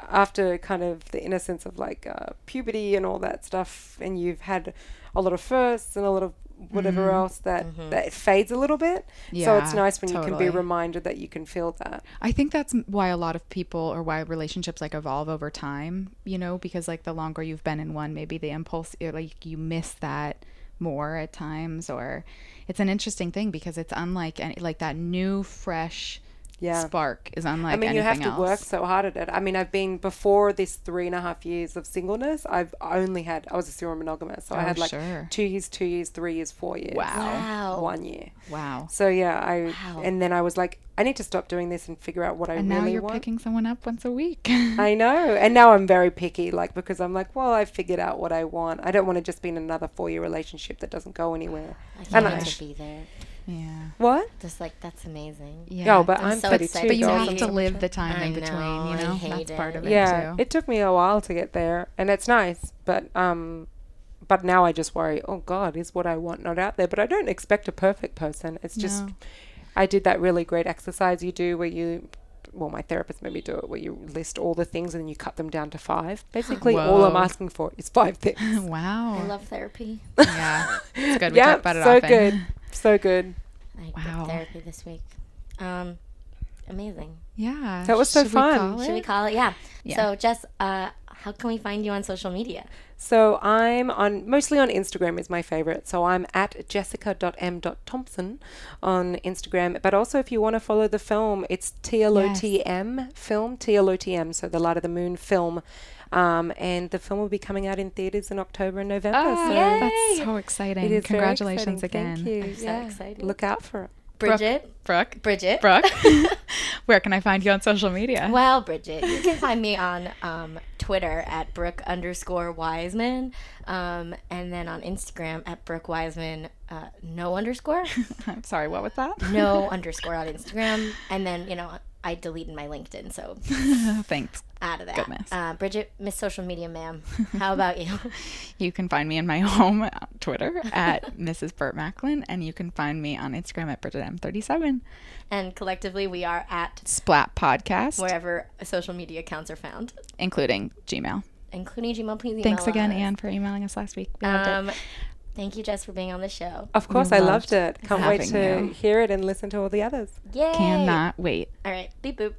after kind of the innocence of like uh, puberty and all that stuff, and you've had a lot of firsts and a lot of whatever else that that it fades a little bit. so it's
Mm-hmm. Yeah,
nice when you can
totally.
be reminded that you can feel that.
I think that's m- why a lot of people or why relationships like evolve over time, you know, because like the longer you've been in one, maybe the impulse, you're like you miss that more at times, or it's an interesting thing because it's unlike any, like that new, fresh
Yeah.
spark is unlike
I mean, you
anything
have to
else.
work so hard at it. I mean, I've been before this three and a half years of singleness. I've only had I was a serial monogamous, so I
Oh,
had like
sure.
two years, two years, three years, four years,
Wow.
one year.
Wow.
So yeah, I and then I was like, I need to stop doing this and figure out what I
And
really
now you're
want.
picking someone up once a week.
I know, and now I'm very picky, like because I'm like, well, I figured out what I want. I don't want to just be in another four-year relationship that doesn't go anywhere.
I
And
can't
I,
wait to be there.
yeah.
what?
Just like that's amazing.
Yeah.
oh, but
I'm
I'm,
so
32.
excited
But you
Go
have
on.
to live the time
I
in between,
know,
you
I
know?
hate
That's part of
it.
it
yeah,
too.
it took me a while to get there, and it's nice, but um, but now I just worry. Oh God, is what I want not out there? But I don't expect a perfect person. It's just,
No.
I did that really great exercise you do where you. Well, my therapist made me do it where you list all the things and you cut them down to five. Basically, all I'm
Whoa.
asking for is five things.
I
wow.
love therapy.
Yeah. It's good. We
yeah,
talk about it
so
often.
good, so good.
I
Wow.
did therapy this week. Um, amazing.
Yeah.
That was so
Should we
fun.
call
Should we
it?
call it? Yeah. So, Jess, uh, how can we find you on social media?
So I'm on mostly on Instagram is my favorite. So I'm at jessica.m.thompson on Instagram. But also if you want to follow the film, it's TLOTM film, TLOTM, so the Light of the Moon film. Um, and the film will be coming out in theaters in October and November. so
Oh, that's so exciting.
it is very
Congratulations
exciting.
again.
Thank you.
so
yeah.
excited.
Look out for it.
Bridget.
Brooke.
Bridget.
Brooke. Where can I find you on social media?
Well, Bridget, you can find me on um, Twitter at Brooke underscore Wiseman, um, and then on Instagram at Brooke Wiseman uh, no underscore,
I'm sorry, what was that?
no underscore on Instagram, and then you know I deleted my LinkedIn, so
Thanks.
out of that.
Goodness.
Uh, Bridget, Miss Social Media, ma'am. How about you?
You can find me in my home on Twitter at Mrs. Burt Macklin, and you can find me on Instagram at Bridget M37.
and collectively, we are at
Splat Podcast,
wherever social media accounts are found,
including Gmail.
including Gmail. Please email
Thanks again,
us.
Anne, for emailing us last week. We loved it.
Um, thank you, Jess, for being on the show.
Of course, I loved it. Can't wait
having
to
you. Um,
hear it and listen to all the others.
Yay!
Cannot wait.
All right, beep boop.